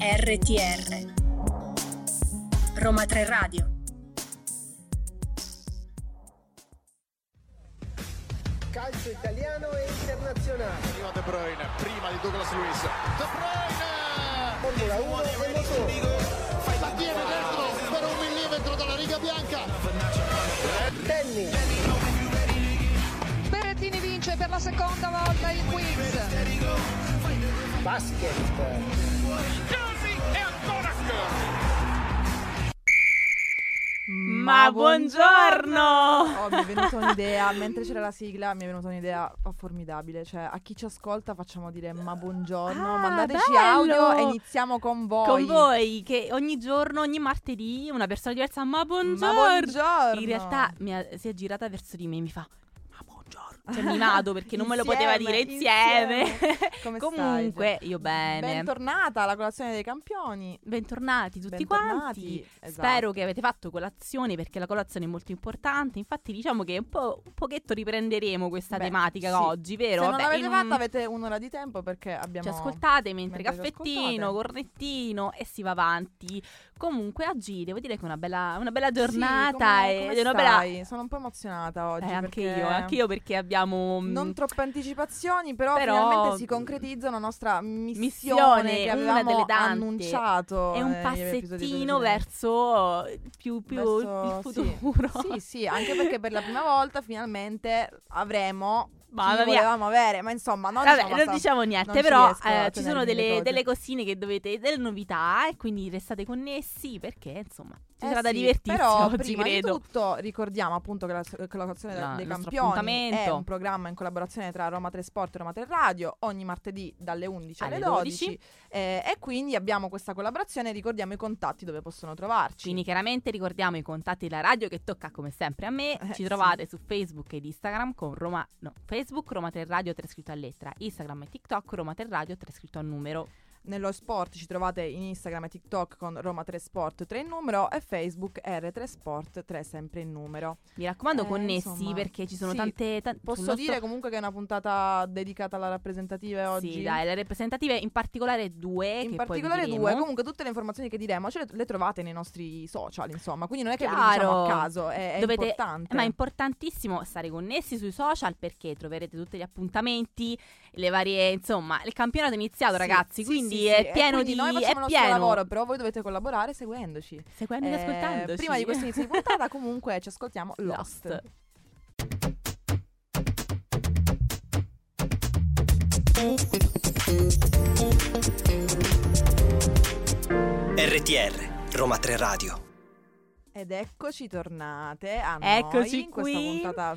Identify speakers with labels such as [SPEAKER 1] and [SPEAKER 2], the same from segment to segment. [SPEAKER 1] RTR Roma 3 Radio
[SPEAKER 2] Calcio italiano e internazionale
[SPEAKER 3] Prima De Bruyne, prima di Douglas Luiz. De Bruyne!
[SPEAKER 2] Formula 1 e motore
[SPEAKER 3] La tiene dentro per un millimetro dalla riga bianca.
[SPEAKER 2] Tennis,
[SPEAKER 4] Berrettini vince per la seconda volta il quiz.
[SPEAKER 2] basket
[SPEAKER 5] Ma buongiorno!
[SPEAKER 6] Oh, mi è venuta un'idea, mentre c'era la sigla mi è venuta un'idea formidabile, cioè a chi ci ascolta facciamo dire ma buongiorno,
[SPEAKER 5] Ah,
[SPEAKER 6] mandateci
[SPEAKER 5] bello!
[SPEAKER 6] audio e iniziamo con voi.
[SPEAKER 5] Con voi che ogni giorno, ogni martedì, una persona diversa, ma buongiorno!
[SPEAKER 6] Ma buongiorno!
[SPEAKER 5] In realtà mi ha- si è girata verso di me e mi fa, ma buongiorno! Cioè mi vado perché non me lo poteva dire insieme.
[SPEAKER 6] Come
[SPEAKER 5] Comunque,
[SPEAKER 6] stai?
[SPEAKER 5] io bene.
[SPEAKER 6] Bentornata alla colazione dei campioni.
[SPEAKER 5] Bentornati tutti
[SPEAKER 6] Bentornati,
[SPEAKER 5] quanti.
[SPEAKER 6] esatto.
[SPEAKER 5] Spero che avete fatto colazione perché la colazione è molto importante. Infatti, diciamo che un, po', un pochetto riprenderemo questa
[SPEAKER 6] Beh,
[SPEAKER 5] tematica
[SPEAKER 6] sì.
[SPEAKER 5] oggi, vero?
[SPEAKER 6] Se non
[SPEAKER 5] Vabbè,
[SPEAKER 6] l'avete
[SPEAKER 5] in un-
[SPEAKER 6] fatta avete un'ora di tempo perché abbiamo...
[SPEAKER 5] Ci ascoltate mentre
[SPEAKER 6] mentre ci
[SPEAKER 5] caffettino,
[SPEAKER 6] ascoltate.
[SPEAKER 5] cornettino e si va avanti. Comunque oggi devo dire che è una bella, una bella
[SPEAKER 6] Sì,
[SPEAKER 5] giornata
[SPEAKER 6] come-
[SPEAKER 5] e
[SPEAKER 6] come
[SPEAKER 5] ed è una bella...
[SPEAKER 6] stai? Sono un po' emozionata oggi.
[SPEAKER 5] Eh, anche
[SPEAKER 6] perché-
[SPEAKER 5] io, anche io perché abbiamo... mm,
[SPEAKER 6] Non troppe anticipazioni, però,
[SPEAKER 5] Però-
[SPEAKER 6] finalmente si concretizza una nostra missione,
[SPEAKER 5] Missione,
[SPEAKER 6] che
[SPEAKER 5] una
[SPEAKER 6] avevamo
[SPEAKER 5] delle tante.
[SPEAKER 6] annunciato.
[SPEAKER 5] è un
[SPEAKER 6] eh, negli episodi
[SPEAKER 5] passettino
[SPEAKER 6] precedenti.
[SPEAKER 5] verso eh, più, più il
[SPEAKER 6] Verso- sì.
[SPEAKER 5] futuro.
[SPEAKER 6] Sì, sì, anche perché per la prima volta finalmente avremo
[SPEAKER 5] Mamma
[SPEAKER 6] chi
[SPEAKER 5] mia.
[SPEAKER 6] volevamo avere, ma insomma, non
[SPEAKER 5] Vabbè,
[SPEAKER 6] diciamo
[SPEAKER 5] non
[SPEAKER 6] sta-
[SPEAKER 5] diciamo niente,
[SPEAKER 6] non ci
[SPEAKER 5] però
[SPEAKER 6] riesco a
[SPEAKER 5] eh, ci sono
[SPEAKER 6] tenermi le
[SPEAKER 5] delle,
[SPEAKER 6] cose.
[SPEAKER 5] delle cosine che dovete, delle novità e quindi restate connessi perché insomma ci
[SPEAKER 6] Eh
[SPEAKER 5] sarà da
[SPEAKER 6] sì,
[SPEAKER 5] divertirsi
[SPEAKER 6] però
[SPEAKER 5] oggi,
[SPEAKER 6] prima
[SPEAKER 5] credo.
[SPEAKER 6] di tutto ricordiamo appunto che la che la colazione
[SPEAKER 5] La-
[SPEAKER 6] dei
[SPEAKER 5] il nostro
[SPEAKER 6] campioni è
[SPEAKER 5] appuntamento.
[SPEAKER 6] un programma in collaborazione tra Roma 3 Sport e Roma 3 Radio ogni martedì dalle 11 alle,
[SPEAKER 5] Alle
[SPEAKER 6] 12,
[SPEAKER 5] 12.
[SPEAKER 6] eh, e quindi abbiamo questa collaborazione ricordiamo i contatti dove possono trovarci.
[SPEAKER 5] Quindi chiaramente ricordiamo i contatti della radio che tocca come sempre a me.
[SPEAKER 6] Eh,
[SPEAKER 5] Ci
[SPEAKER 6] sì.
[SPEAKER 5] trovate su Facebook ed Instagram con Roma no, Facebook Roma 3 Radio 3 scritto a lettera, Instagram e TikTok Roma 3 Radio 3 scritto a numero.
[SPEAKER 6] Nello sport ci trovate in Instagram e TikTok con Roma 3 Sport 3 in numero e Facebook R3 Sport 3 sempre in numero.
[SPEAKER 5] Mi raccomando
[SPEAKER 6] Eh,
[SPEAKER 5] connessi
[SPEAKER 6] insomma,
[SPEAKER 5] perché ci sono
[SPEAKER 6] sì.
[SPEAKER 5] tante tan-
[SPEAKER 6] Posso
[SPEAKER 5] sul nostro-
[SPEAKER 6] dire comunque che è una puntata dedicata alla rappresentativa oggi?
[SPEAKER 5] Sì, dai, le rappresentative in particolare due
[SPEAKER 6] In
[SPEAKER 5] che
[SPEAKER 6] particolare
[SPEAKER 5] poi vi
[SPEAKER 6] due,
[SPEAKER 5] diremo.
[SPEAKER 6] comunque tutte le informazioni che diremo ce le, le trovate nei nostri social, insomma, quindi non è che ve le
[SPEAKER 5] Chiaro.
[SPEAKER 6] diciamo a caso, è, è
[SPEAKER 5] Dovete- eh,
[SPEAKER 6] importante.
[SPEAKER 5] Ma è importantissimo stare connessi sui social perché troverete tutti gli appuntamenti, le varie, insomma, il campionato è iniziato,
[SPEAKER 6] Sì,
[SPEAKER 5] ragazzi,
[SPEAKER 6] sì,
[SPEAKER 5] quindi
[SPEAKER 6] sì, sì,
[SPEAKER 5] è
[SPEAKER 6] e
[SPEAKER 5] pieno
[SPEAKER 6] quindi
[SPEAKER 5] di
[SPEAKER 6] noi
[SPEAKER 5] è
[SPEAKER 6] facciamo il nostro
[SPEAKER 5] pieno.
[SPEAKER 6] lavoro, però voi dovete collaborare seguendoci.
[SPEAKER 5] Seguendo e
[SPEAKER 6] Eh,
[SPEAKER 5] ascoltandoci.
[SPEAKER 6] prima di questo inizio di puntata comunque ci ascoltiamo Lost.
[SPEAKER 5] Lost.
[SPEAKER 7] RTR Roma 3 Radio.
[SPEAKER 6] Ed eccoci tornate a
[SPEAKER 5] Eccoci
[SPEAKER 6] noi in questa
[SPEAKER 5] qui.
[SPEAKER 6] puntata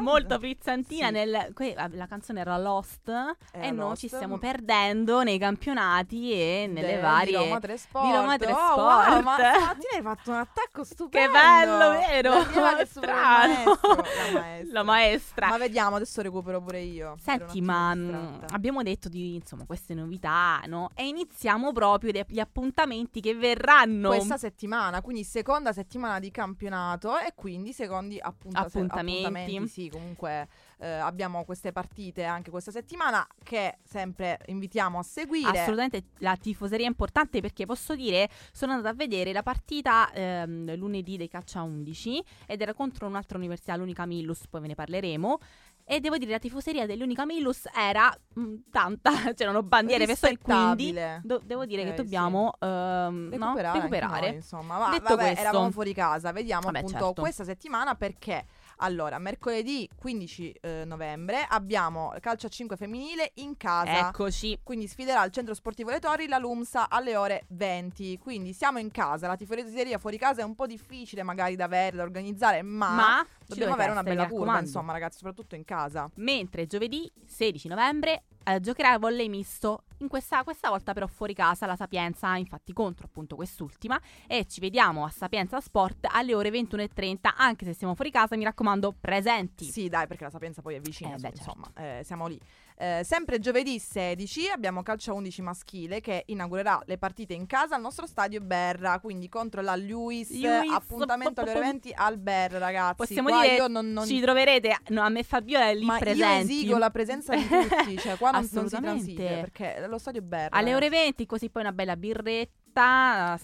[SPEAKER 5] Molto frizzantina.
[SPEAKER 6] Eh? Sì.
[SPEAKER 5] nel- que- la canzone era Lost e noi
[SPEAKER 6] Lost.
[SPEAKER 5] ci stiamo perdendo nei campionati e nelle
[SPEAKER 6] De-
[SPEAKER 5] varie.
[SPEAKER 6] di Roma 3 Sport.
[SPEAKER 5] di Roma 3
[SPEAKER 6] oh,
[SPEAKER 5] Sport.
[SPEAKER 6] wow, ma stamattina hai fatto un attacco stupendo.
[SPEAKER 5] Che bello, vero?
[SPEAKER 6] La prima che supera il
[SPEAKER 5] Strano.
[SPEAKER 6] maestro, la maestra.
[SPEAKER 5] La maestra.
[SPEAKER 6] Ma vediamo, adesso recupero pure io.
[SPEAKER 5] Senti,
[SPEAKER 6] Ero un
[SPEAKER 5] ma
[SPEAKER 6] attimo
[SPEAKER 5] mh,
[SPEAKER 6] distratta.
[SPEAKER 5] abbiamo detto di insomma queste novità, no? E iniziamo proprio de- gli appuntamenti che verranno.
[SPEAKER 6] Questa settimana, quindi seconda settimana di campionato e quindi secondi appunta-
[SPEAKER 5] Appuntamenti.
[SPEAKER 6] appuntamenti, Sì, comunque eh, abbiamo queste partite anche questa settimana che sempre invitiamo a seguire.
[SPEAKER 5] Assolutamente la tifoseria è importante perché posso dire sono andata a vedere la partita ehm, lunedì dei calcia 11 ed era contro un'altra università, l'Unica Millus, poi ve ne parleremo. E devo dire la tifoseria dell'Unica Millus era mh, tanta, c'erano bandiere, vestoni, quindi
[SPEAKER 6] Rispettabile.
[SPEAKER 5] do- devo dire
[SPEAKER 6] Ok,
[SPEAKER 5] che
[SPEAKER 6] sì.
[SPEAKER 5] dobbiamo ehm, no,
[SPEAKER 6] recuperare, anche
[SPEAKER 5] recuperare.
[SPEAKER 6] noi, insomma, Va-
[SPEAKER 5] Detto
[SPEAKER 6] vabbè,
[SPEAKER 5] questo-
[SPEAKER 6] eravamo fuori casa, vediamo
[SPEAKER 5] Vabbè,
[SPEAKER 6] appunto
[SPEAKER 5] certo.
[SPEAKER 6] questa settimana perché. Allora, mercoledì 15 eh, novembre abbiamo calcio a 5 femminile in casa.
[SPEAKER 5] Eccoci.
[SPEAKER 6] Quindi sfiderà il centro sportivo Le Torri la Lumsa alle ore 20. Quindi siamo in casa. La tiforeria fuori casa è un po' difficile magari da avere, da organizzare, ma,
[SPEAKER 5] Ma ci dovete
[SPEAKER 6] Ah, dobbiamo avere una
[SPEAKER 5] essere,
[SPEAKER 6] bella
[SPEAKER 5] mi
[SPEAKER 6] curva,
[SPEAKER 5] raccomando.
[SPEAKER 6] insomma, ragazzi, soprattutto in casa.
[SPEAKER 5] Mentre giovedì 16 novembre eh, giocherà a volley misto. In questa, questa volta però fuori casa la Sapienza, infatti contro appunto quest'ultima. E ci vediamo a Sapienza Sport alle ore 21.30. Anche se siamo fuori casa, mi raccomando, presenti.
[SPEAKER 6] Sì, dai, perché la Sapienza poi è vicina,
[SPEAKER 5] Eh, beh,
[SPEAKER 6] insomma, eh, siamo lì. Eh, sempre giovedì 16 abbiamo calcio a 11 maschile che inaugurerà le partite in casa al nostro stadio Berra, quindi contro la Luis,
[SPEAKER 5] Luis,
[SPEAKER 6] appuntamento alle ore 20 al Berra, ragazzi.
[SPEAKER 5] Possiamo dire, eh,
[SPEAKER 6] io non- non-
[SPEAKER 5] ci troverete no, a me e Fabiola lì
[SPEAKER 6] Ma io
[SPEAKER 5] presenti.
[SPEAKER 6] esigo la presenza di tutti, cioè qua non, non si
[SPEAKER 5] Assolutamente.
[SPEAKER 6] transige perché lo stadio è bello. eh.
[SPEAKER 5] Alle ore 20, così poi una bella birretta.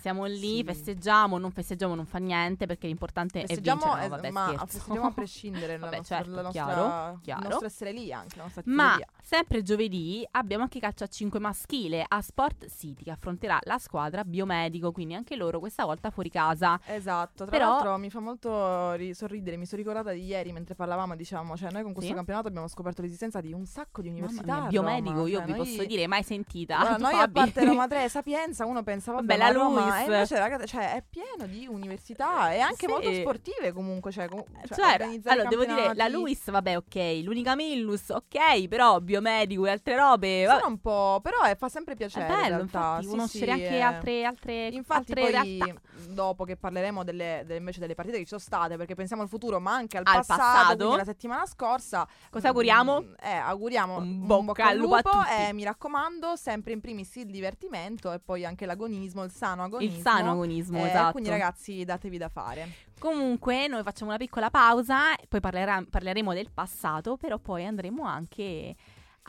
[SPEAKER 5] Siamo lì,
[SPEAKER 6] Sì.
[SPEAKER 5] festeggiamo, non festeggiamo, non fa niente perché l'importante
[SPEAKER 6] Festeggiamo,
[SPEAKER 5] è vincere.
[SPEAKER 6] eh,
[SPEAKER 5] no, vabbè,
[SPEAKER 6] ma
[SPEAKER 5] scherzo.
[SPEAKER 6] festeggiamo a prescindere la
[SPEAKER 5] Vabbè,
[SPEAKER 6] nostra,
[SPEAKER 5] certo,
[SPEAKER 6] la nostra-
[SPEAKER 5] chiaro, chiaro.
[SPEAKER 6] il nostro essere lì anche, la nostra
[SPEAKER 5] Ma
[SPEAKER 6] teoria.
[SPEAKER 5] sempre giovedì abbiamo anche calcio a 5 maschile a Sport City che affronterà la squadra biomedico, quindi anche loro questa volta fuori casa.
[SPEAKER 6] Esatto, tra
[SPEAKER 5] Però-
[SPEAKER 6] l'altro mi fa molto ri- sorridere, mi sono ricordata di ieri mentre parlavamo, diciamo, cioè noi con questo
[SPEAKER 5] Sì.
[SPEAKER 6] campionato abbiamo scoperto l'esistenza di un sacco di
[SPEAKER 5] Mamma mia,
[SPEAKER 6] università. a Roma,
[SPEAKER 5] biomedico, io
[SPEAKER 6] cioè,
[SPEAKER 5] vi
[SPEAKER 6] noi-
[SPEAKER 5] posso dire, mai sentita.
[SPEAKER 6] Guarda,
[SPEAKER 5] Tu,
[SPEAKER 6] noi a
[SPEAKER 5] Fabi?
[SPEAKER 6] parte Roma 3 Sapienza uno pensa vabbè
[SPEAKER 5] Bella
[SPEAKER 6] ma Roma
[SPEAKER 5] Luis.
[SPEAKER 6] e invece ragazzi, cioè, è pieno di università e
[SPEAKER 5] Sì.
[SPEAKER 6] anche molto sportive comunque cioè, com- cioè,
[SPEAKER 5] Cioè,
[SPEAKER 6] organizzare
[SPEAKER 5] allora devo dire la
[SPEAKER 6] campionati.
[SPEAKER 5] Luis, vabbè, ok, l'unica Millus, ok, però biomedico e altre robe. vabbè.
[SPEAKER 6] Sono un po', però è- fa sempre piacere.
[SPEAKER 5] È
[SPEAKER 6] in
[SPEAKER 5] bello,
[SPEAKER 6] realtà.
[SPEAKER 5] infatti,
[SPEAKER 6] Sì,
[SPEAKER 5] conoscere
[SPEAKER 6] sì,
[SPEAKER 5] anche
[SPEAKER 6] eh.
[SPEAKER 5] altre, altre,
[SPEAKER 6] Infatti,
[SPEAKER 5] altre
[SPEAKER 6] poi
[SPEAKER 5] realtà.
[SPEAKER 6] dopo che parleremo delle, delle- invece delle partite che ci sono state, perché pensiamo al futuro, ma anche al,
[SPEAKER 5] Al
[SPEAKER 6] passato,
[SPEAKER 5] passato.
[SPEAKER 6] quindi la settimana scorsa.
[SPEAKER 5] Cosa auguriamo?
[SPEAKER 6] Mm, Eh, auguriamo
[SPEAKER 5] Un
[SPEAKER 6] un
[SPEAKER 5] bocca
[SPEAKER 6] bocca,
[SPEAKER 5] al
[SPEAKER 6] al
[SPEAKER 5] lupo
[SPEAKER 6] lupo.
[SPEAKER 5] a tutti.
[SPEAKER 6] eh, mi raccomando, sempre in primis il divertimento e poi anche l'agonismo, il sano agonismo.
[SPEAKER 5] Il sano agonismo,
[SPEAKER 6] Eh,
[SPEAKER 5] esatto.
[SPEAKER 6] Quindi, ragazzi, datevi da fare.
[SPEAKER 5] Comunque, noi facciamo una piccola pausa, poi parlerà- parleremo del passato, però poi andremo anche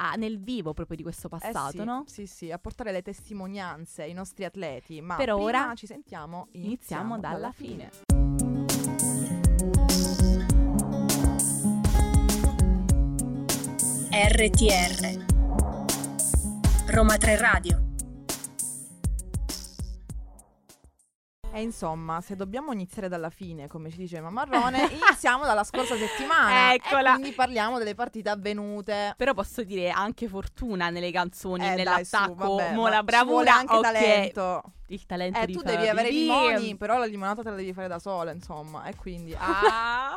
[SPEAKER 5] a- nel vivo proprio di questo
[SPEAKER 6] Eh
[SPEAKER 5] passato,
[SPEAKER 6] sì,
[SPEAKER 5] no?
[SPEAKER 6] Sì, sì, a portare le testimonianze ai nostri atleti. Ma
[SPEAKER 5] Per
[SPEAKER 6] prima
[SPEAKER 5] ora
[SPEAKER 6] ci sentiamo.
[SPEAKER 5] Iniziamo dalla, fine.
[SPEAKER 1] RTR Roma 3 Radio
[SPEAKER 6] E insomma, se dobbiamo iniziare dalla fine, come ci diceva Marrone, iniziamo dalla scorsa settimana.
[SPEAKER 5] Eccola.
[SPEAKER 6] E quindi parliamo delle partite avvenute.
[SPEAKER 5] Però posso dire anche fortuna nelle canzoni,
[SPEAKER 6] Eh, dai, su,
[SPEAKER 5] nell'attacco,
[SPEAKER 6] vabbè,
[SPEAKER 5] mo
[SPEAKER 6] ma
[SPEAKER 5] la
[SPEAKER 6] ci
[SPEAKER 5] bravura,
[SPEAKER 6] vuole anche
[SPEAKER 5] ok.
[SPEAKER 6] talento.
[SPEAKER 5] Il talento
[SPEAKER 6] Eh,
[SPEAKER 5] di
[SPEAKER 6] tu devi
[SPEAKER 5] Fabi.
[SPEAKER 6] avere i
[SPEAKER 5] Bim.
[SPEAKER 6] limoni, però la limonata te la devi fare da sola, insomma. E quindi
[SPEAKER 5] Ah.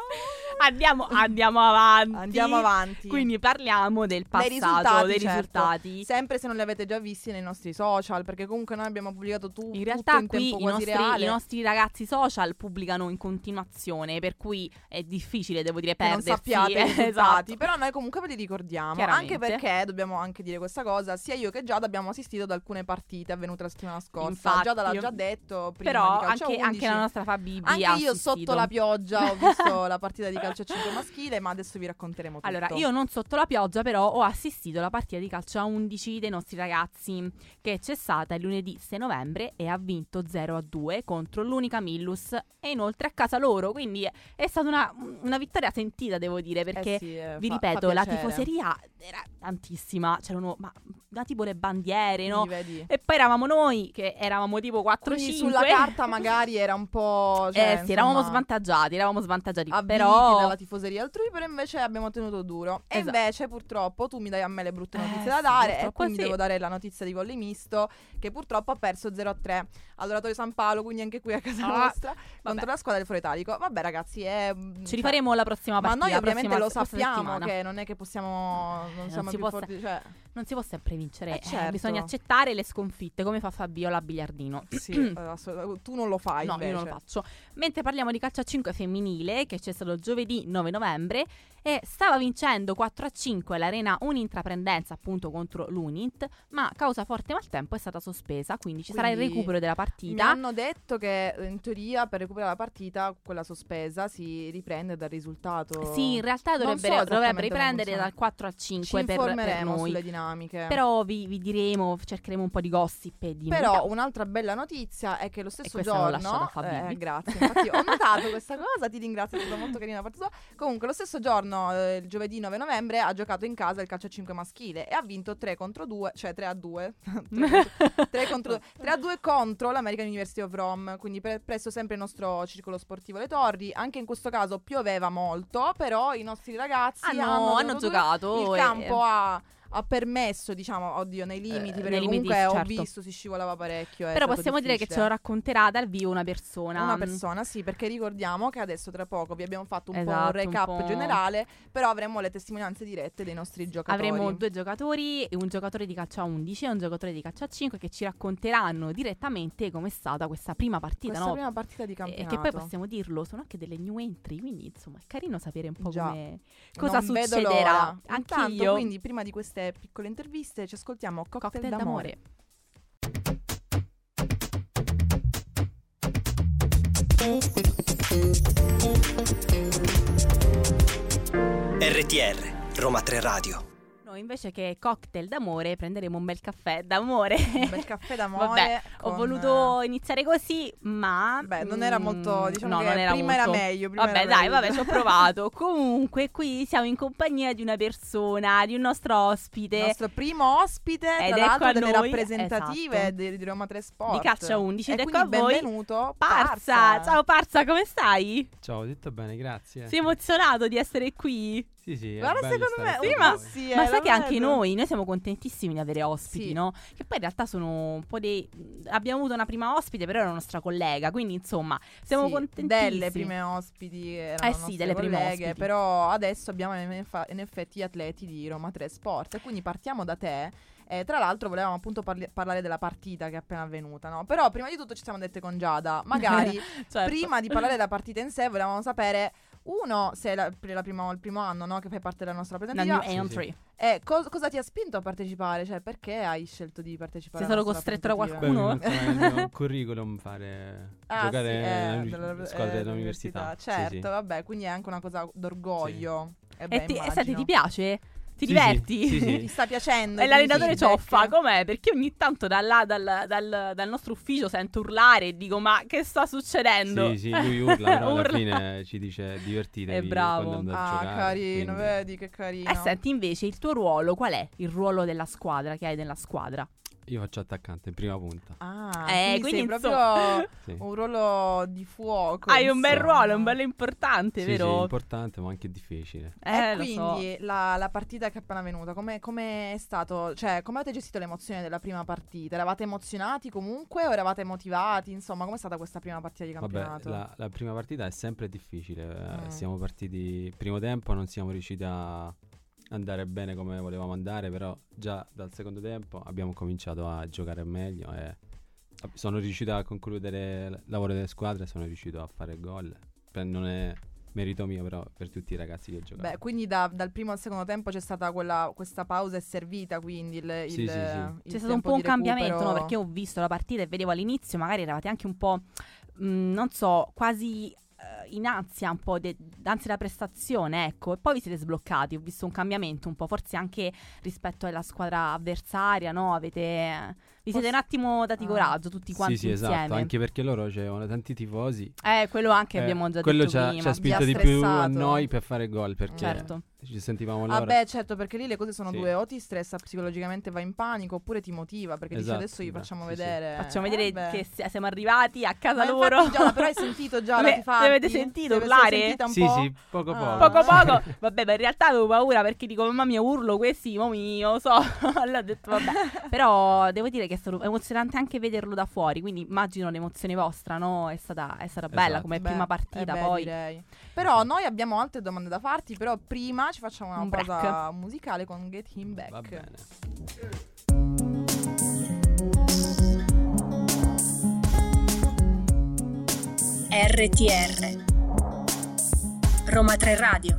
[SPEAKER 5] andiamo, andiamo avanti.
[SPEAKER 6] andiamo avanti.
[SPEAKER 5] Quindi parliamo del
[SPEAKER 6] Dei
[SPEAKER 5] passato,
[SPEAKER 6] risultati,
[SPEAKER 5] dei
[SPEAKER 6] certo.
[SPEAKER 5] risultati.
[SPEAKER 6] Sempre se non li avete già visti nei nostri social, perché comunque noi abbiamo pubblicato tu- tutto
[SPEAKER 5] In realtà
[SPEAKER 6] in
[SPEAKER 5] qui
[SPEAKER 6] tempo
[SPEAKER 5] i
[SPEAKER 6] quasi
[SPEAKER 5] nostri,
[SPEAKER 6] reale.
[SPEAKER 5] i nostri ragazzi social pubblicano in continuazione, per cui è difficile, devo dire,
[SPEAKER 6] che non
[SPEAKER 5] perdersi.
[SPEAKER 6] sappiate i
[SPEAKER 5] Eh,
[SPEAKER 6] risultati.
[SPEAKER 5] esatto.
[SPEAKER 6] Però noi comunque ve li ricordiamo.
[SPEAKER 5] Chiaramente.
[SPEAKER 6] Anche perché dobbiamo anche dire questa cosa: sia io che Giada abbiamo assistito ad alcune partite avvenute la settimana scorsa.
[SPEAKER 5] Infatti.
[SPEAKER 6] Giada l'ha già detto prima.
[SPEAKER 5] Però
[SPEAKER 6] di calcio
[SPEAKER 5] anche,
[SPEAKER 6] 11.
[SPEAKER 5] anche la nostra Fabi B
[SPEAKER 6] Anche
[SPEAKER 5] ha
[SPEAKER 6] io
[SPEAKER 5] assistito.
[SPEAKER 6] sotto la pioggia ho visto la partita di calcio a 5 maschile, ma adesso vi racconteremo tutto.
[SPEAKER 5] Allora, io non sotto la pioggia, però ho assistito alla partita di calcio a 11 dei nostri ragazzi, che è cessata il lunedì 6 novembre e ha vinto 0 a 2 contro l'unica Millus e inoltre a casa loro. Quindi è stata una, una vittoria sentita, devo dire,
[SPEAKER 6] Eh
[SPEAKER 5] perché
[SPEAKER 6] sì, eh,
[SPEAKER 5] vi
[SPEAKER 6] fa- fa
[SPEAKER 5] ripeto, la
[SPEAKER 6] piacere.
[SPEAKER 5] tifoseria era tantissima, c'erano ma, da tipo le bandiere, no?
[SPEAKER 6] Quindi vedi.
[SPEAKER 5] E poi eravamo noi che eravamo tipo 4-5.
[SPEAKER 6] Quindi sulla carta magari era un po'.
[SPEAKER 5] Eh
[SPEAKER 6] Cioè,
[SPEAKER 5] sì, eravamo
[SPEAKER 6] insomma,
[SPEAKER 5] svantaggiati, eravamo svantaggiati,
[SPEAKER 6] avviliti
[SPEAKER 5] però
[SPEAKER 6] dalla tifoseria altrui, però invece abbiamo tenuto duro. E
[SPEAKER 5] Esatto.
[SPEAKER 6] invece, purtroppo, tu mi dai a me le brutte
[SPEAKER 5] Eh,
[SPEAKER 6] notizie da
[SPEAKER 5] sì,
[SPEAKER 6] dare. E
[SPEAKER 5] purtroppo
[SPEAKER 6] quindi
[SPEAKER 5] sì.
[SPEAKER 6] devo dare la notizia di volley misto, che purtroppo ha perso 0-3 all'oratorio San Paolo, quindi anche qui a casa
[SPEAKER 5] Ah,
[SPEAKER 6] nostra, contro la squadra del Foretalico. Vabbè, ragazzi, è. mm,
[SPEAKER 5] ci rifaremo la prossima
[SPEAKER 6] Ma
[SPEAKER 5] partita.
[SPEAKER 6] noi
[SPEAKER 5] la
[SPEAKER 6] ovviamente
[SPEAKER 5] prossima-
[SPEAKER 6] lo
[SPEAKER 5] prossima
[SPEAKER 6] sappiamo
[SPEAKER 5] settimana.
[SPEAKER 6] che non è che possiamo.
[SPEAKER 5] non
[SPEAKER 6] Non siamo
[SPEAKER 5] si
[SPEAKER 6] più
[SPEAKER 5] può
[SPEAKER 6] forti. Cioè,
[SPEAKER 5] Non si può sempre vincere,
[SPEAKER 6] Eh,
[SPEAKER 5] eh,
[SPEAKER 6] certo.
[SPEAKER 5] bisogna accettare le sconfitte, come fa Fabiola a biliardino.
[SPEAKER 6] cioè, sì, assolut- tu non lo fai.
[SPEAKER 5] No,
[SPEAKER 6] Ah, invece.
[SPEAKER 5] io non lo faccio. Mentre parliamo di calcio a 5 femminile, che c'è stato giovedì 9 novembre, e stava vincendo 4 a 5 l'Arena Unintraprendenza appunto contro l'Unint, ma causa forte maltempo è stata sospesa, quindi ci sarà il
[SPEAKER 6] Quindi
[SPEAKER 5] recupero della
[SPEAKER 6] Mi
[SPEAKER 5] partita.
[SPEAKER 6] hanno detto che in teoria per recuperare la partita, quella sospesa si riprende dal risultato.
[SPEAKER 5] Sì, in realtà
[SPEAKER 6] Non so
[SPEAKER 5] dovrebbe, dovrebbe
[SPEAKER 6] esattamente
[SPEAKER 5] riprendere
[SPEAKER 6] come funziona.
[SPEAKER 5] dal 4 al 5
[SPEAKER 6] Ci
[SPEAKER 5] per, per
[SPEAKER 6] informeremo
[SPEAKER 5] noi.
[SPEAKER 6] sulle dinamiche.
[SPEAKER 5] Però vi, vi diremo, cercheremo un po' di gossip e di
[SPEAKER 6] Però
[SPEAKER 5] novità.
[SPEAKER 6] un'altra bella notizia è che lo stesso
[SPEAKER 5] questa l'ho lasciata a
[SPEAKER 6] giorno.
[SPEAKER 5] Fabibi.
[SPEAKER 6] eh, grazie, infatti ho notato questa cosa, ti ringrazio, è stata molto carina la parte tua. Comunque, lo stesso giorno, eh, il giovedì 9 novembre, ha giocato in casa il calcio a 5 maschile e ha vinto 3 contro 2, cioè 3 a 2. 3 contro 3 a 2 contro l'American University of Rome, quindi pre- presso sempre il nostro circolo sportivo Le Torri. Anche in questo caso pioveva molto, però i nostri ragazzi
[SPEAKER 5] Ah, no,
[SPEAKER 6] hanno,
[SPEAKER 5] hanno giocato e- ehm,
[SPEAKER 6] Il campo ha, ha permesso, diciamo, oddio, nei limiti,
[SPEAKER 5] Eh,
[SPEAKER 6] perché
[SPEAKER 5] nei limiti,
[SPEAKER 6] comunque ho
[SPEAKER 5] certo.
[SPEAKER 6] visto si scivolava parecchio. eh, è
[SPEAKER 5] Però
[SPEAKER 6] stato
[SPEAKER 5] possiamo dire che ce
[SPEAKER 6] difficile.
[SPEAKER 5] lo racconterà dal vivo una persona. Mm,
[SPEAKER 6] Una persona, sì, perché ricordiamo che adesso tra poco vi abbiamo fatto un po'
[SPEAKER 5] Esatto,
[SPEAKER 6] un
[SPEAKER 5] un
[SPEAKER 6] recap
[SPEAKER 5] po'.
[SPEAKER 6] generale, però avremo le testimonianze dirette dei nostri giocatori.
[SPEAKER 5] Avremo due giocatori, un giocatore di calcio a 11 e un giocatore di calcio a 5 che ci racconteranno direttamente com'è stata questa prima partita.
[SPEAKER 6] questa
[SPEAKER 5] no?
[SPEAKER 6] prima partita di
[SPEAKER 5] E-
[SPEAKER 6] campionato.
[SPEAKER 5] che poi possiamo dirlo, sono anche delle new entry, quindi insomma è carino sapere un po'
[SPEAKER 6] Già.
[SPEAKER 5] come, cosa
[SPEAKER 6] Non vedo
[SPEAKER 5] succederà.
[SPEAKER 6] l'ora.
[SPEAKER 5] Anche
[SPEAKER 6] Intanto,
[SPEAKER 5] io,
[SPEAKER 6] quindi, prima di queste piccole interviste, ci ascoltiamo Cocktail,
[SPEAKER 5] cocktail
[SPEAKER 6] d'amore.
[SPEAKER 5] d'amore.
[SPEAKER 7] RTR Roma 3 Radio.
[SPEAKER 5] Noi invece che cocktail d'amore prenderemo un bel caffè d'amore.
[SPEAKER 6] Un bel caffè d'amore.
[SPEAKER 5] Vabbè,
[SPEAKER 6] con-
[SPEAKER 5] Ho voluto iniziare così, ma...
[SPEAKER 6] Beh, non era molto.
[SPEAKER 5] mm,
[SPEAKER 6] Diciamo
[SPEAKER 5] no,
[SPEAKER 6] che
[SPEAKER 5] non era
[SPEAKER 6] prima
[SPEAKER 5] molto.
[SPEAKER 6] era meglio. prima
[SPEAKER 5] Vabbè,
[SPEAKER 6] era
[SPEAKER 5] dai,
[SPEAKER 6] meglio.
[SPEAKER 5] vabbè, ci ho provato. Comunque, qui siamo in compagnia di una persona, di un nostro ospite.
[SPEAKER 6] Il nostro primo ospite,
[SPEAKER 5] Ed
[SPEAKER 6] tra
[SPEAKER 5] è
[SPEAKER 6] l'altro,
[SPEAKER 5] qua
[SPEAKER 6] delle
[SPEAKER 5] noi,
[SPEAKER 6] rappresentative
[SPEAKER 5] esatto.
[SPEAKER 6] di, di Roma 3 Sport.
[SPEAKER 5] Di Caccia 11,
[SPEAKER 6] E
[SPEAKER 5] ed è
[SPEAKER 6] quindi
[SPEAKER 5] qua a voi
[SPEAKER 6] benvenuto,
[SPEAKER 5] Parsa.
[SPEAKER 6] Parsa.
[SPEAKER 5] ciao Parsa, come stai?
[SPEAKER 8] Ciao, tutto bene, grazie.
[SPEAKER 5] Sei emozionato di essere qui?
[SPEAKER 8] Sì, sì, è
[SPEAKER 6] Guarda,
[SPEAKER 8] bello
[SPEAKER 6] secondo me.
[SPEAKER 8] stare con
[SPEAKER 5] Sì,
[SPEAKER 6] un
[SPEAKER 8] voi.
[SPEAKER 6] po' sì, eh,
[SPEAKER 5] Ma
[SPEAKER 6] lo
[SPEAKER 5] sai che anche
[SPEAKER 6] vedo.
[SPEAKER 5] noi, noi siamo contentissimi di avere ospiti,
[SPEAKER 6] Sì.
[SPEAKER 5] no? Che poi in realtà sono un po' dei... Abbiamo avuto una prima ospite, però era una nostra collega, quindi insomma, siamo
[SPEAKER 6] Sì,
[SPEAKER 5] contentissimi.
[SPEAKER 6] Delle prime ospiti, erano
[SPEAKER 5] Eh sì,
[SPEAKER 6] nostre
[SPEAKER 5] delle prime
[SPEAKER 6] colleghe,
[SPEAKER 5] ospiti.
[SPEAKER 6] Però adesso abbiamo in, effa- in effetti gli atleti di Roma 3 Sport. E quindi partiamo da te. Eh, tra l'altro volevamo appunto parli- parlare della partita che è appena avvenuta, no? Però prima di tutto ci siamo dette con Giada, magari
[SPEAKER 5] Certo.
[SPEAKER 6] prima di parlare della partita in sé volevamo sapere, uno, se è la- per la prima- il primo anno no, che fai parte della nostra
[SPEAKER 5] No, New
[SPEAKER 6] rappresentativa,
[SPEAKER 5] Aeon
[SPEAKER 8] sì.
[SPEAKER 5] 3.
[SPEAKER 6] eh, cos- cosa ti ha spinto a partecipare? Cioè, perché hai scelto di partecipare?
[SPEAKER 5] Sei
[SPEAKER 6] alla
[SPEAKER 5] stato
[SPEAKER 6] nostra
[SPEAKER 5] costretto da
[SPEAKER 8] Beh,
[SPEAKER 6] rappresentativa?
[SPEAKER 5] Uno.
[SPEAKER 8] mi manca il mio Eh, curriculum fare
[SPEAKER 6] Ah,
[SPEAKER 8] giocare
[SPEAKER 6] sì, eh,
[SPEAKER 8] nella
[SPEAKER 6] della-
[SPEAKER 8] squadra
[SPEAKER 6] eh,
[SPEAKER 8] dell'università. Sì,
[SPEAKER 6] Certo,
[SPEAKER 8] sì.
[SPEAKER 6] vabbè, quindi è anche una cosa d'orgoglio. Eh beh,
[SPEAKER 5] E ti, e
[SPEAKER 6] immagino.
[SPEAKER 5] senti, ti piace? Ti
[SPEAKER 8] Sì, sì,
[SPEAKER 5] diverti?
[SPEAKER 8] sì, sì.
[SPEAKER 6] Ti sta piacendo?
[SPEAKER 5] E
[SPEAKER 6] il
[SPEAKER 5] l'allenatore
[SPEAKER 6] feedback?
[SPEAKER 5] cioffa, com'è? Perché ogni tanto da là, dal, dal- dal nostro ufficio sento urlare e dico ma che sta succedendo?
[SPEAKER 8] Sì, sì, lui urla, però alla
[SPEAKER 5] Urla.
[SPEAKER 8] fine ci dice divertitevi
[SPEAKER 5] È bravo.
[SPEAKER 8] quando andate a
[SPEAKER 6] Ah,
[SPEAKER 8] giocare,
[SPEAKER 6] carino,
[SPEAKER 8] quindi-
[SPEAKER 6] vedi che carino.
[SPEAKER 5] E Eh, senti invece il tuo ruolo, qual è? Il ruolo della squadra che hai nella squadra?
[SPEAKER 8] Io faccio attaccante in prima punta.
[SPEAKER 6] Ah,
[SPEAKER 5] Eh, quindi,
[SPEAKER 6] quindi, sei
[SPEAKER 5] insomma-
[SPEAKER 6] proprio
[SPEAKER 8] Sì.
[SPEAKER 5] Oh,
[SPEAKER 6] un ruolo di fuoco.
[SPEAKER 5] Hai un bel
[SPEAKER 6] insomma.
[SPEAKER 5] ruolo, un bello importante,
[SPEAKER 8] Sì, sì,
[SPEAKER 5] vero?
[SPEAKER 8] importante, ma anche difficile.
[SPEAKER 5] eh,
[SPEAKER 6] e
[SPEAKER 5] lo so.
[SPEAKER 6] quindi la, la partita che è appena venuta, come, come è stato? Cioè, come avete gestito l'emozione della prima partita? Eravate emozionati comunque o eravate motivati? Insomma, com'è stata questa prima partita di
[SPEAKER 8] Vabbè,
[SPEAKER 6] campionato?
[SPEAKER 8] la, la prima partita è sempre difficile. eh,
[SPEAKER 6] Mm.
[SPEAKER 8] Siamo partiti primo tempo, non siamo riusciti a andare bene come volevamo andare, però già dal secondo tempo abbiamo cominciato a giocare meglio e a- sono riuscito a concludere il lavoro delle squadre, sono riuscito a fare gol. Per- Non è merito mio, però per tutti i ragazzi che giocano.
[SPEAKER 6] Beh, quindi da- dal primo al secondo tempo c'è stata quella, questa pausa è servita, quindi il,
[SPEAKER 8] Sì,
[SPEAKER 6] il-
[SPEAKER 8] sì, sì.
[SPEAKER 6] il
[SPEAKER 5] C'è stato un
[SPEAKER 6] tempo
[SPEAKER 5] po' un
[SPEAKER 6] di
[SPEAKER 5] cambiamento, no?
[SPEAKER 6] recupero.
[SPEAKER 5] Perché ho visto la partita e vedevo all'inizio, magari eravate anche un po', mh, non so, quasi eh, in ansia, un po' de- d'ansia da prestazione, ecco. E poi vi siete sbloccati, ho visto un cambiamento un po', forse anche rispetto alla squadra avversaria, no? Avete... Vi siete un attimo dati
[SPEAKER 6] Ah.
[SPEAKER 5] coraggio tutti quanti
[SPEAKER 8] sì, sì,
[SPEAKER 5] insieme.
[SPEAKER 8] esatto, anche perché loro c'erano tanti tifosi.
[SPEAKER 5] Eh, quello anche
[SPEAKER 8] eh,
[SPEAKER 5] abbiamo già
[SPEAKER 8] quello
[SPEAKER 5] detto
[SPEAKER 8] ci ha,
[SPEAKER 5] prima.
[SPEAKER 8] ci ha spinto di più a
[SPEAKER 6] stressato.
[SPEAKER 8] noi per fare gol perché
[SPEAKER 5] Certo.
[SPEAKER 8] ci sentivamo loro.
[SPEAKER 6] Ah beh certo perché lì le cose sono
[SPEAKER 8] Sì.
[SPEAKER 6] due O ti stressa psicologicamente vai in panico Oppure ti motiva perché dici
[SPEAKER 8] Esatto,
[SPEAKER 6] adesso gli
[SPEAKER 8] beh,
[SPEAKER 6] facciamo
[SPEAKER 8] sì, sì.
[SPEAKER 6] vedere
[SPEAKER 5] Facciamo
[SPEAKER 6] Eh,
[SPEAKER 5] vedere
[SPEAKER 6] beh.
[SPEAKER 5] che si- siamo arrivati a casa
[SPEAKER 6] Ma infatti,
[SPEAKER 5] loro.
[SPEAKER 6] Giada, però hai sentito già
[SPEAKER 5] Beh,
[SPEAKER 6] la tifatti?
[SPEAKER 5] se avete sentito
[SPEAKER 6] Se avete
[SPEAKER 5] urlare?
[SPEAKER 6] sentita un
[SPEAKER 8] Sì,
[SPEAKER 6] po'?
[SPEAKER 8] sì, poco
[SPEAKER 6] Ah.
[SPEAKER 8] poco.
[SPEAKER 5] Poco poco, vabbè, ma in realtà avevo paura perché dico, mamma mia, urlo questi, mo mio, so. allora ho detto, vabbè. Però devo dire che è stato emozionante anche vederlo da fuori, quindi immagino l'emozione vostra, no? È stata, è stata bella
[SPEAKER 8] Esatto.
[SPEAKER 5] come
[SPEAKER 6] Beh,
[SPEAKER 5] prima
[SPEAKER 6] eh
[SPEAKER 5] partita,
[SPEAKER 6] beh,
[SPEAKER 5] poi.
[SPEAKER 6] direi. Però noi abbiamo altre domande da farti Però prima ci facciamo una
[SPEAKER 5] Un break.
[SPEAKER 6] pausa musicale con Get Him Back
[SPEAKER 8] Va bene.
[SPEAKER 1] RTR Roma 3 Radio.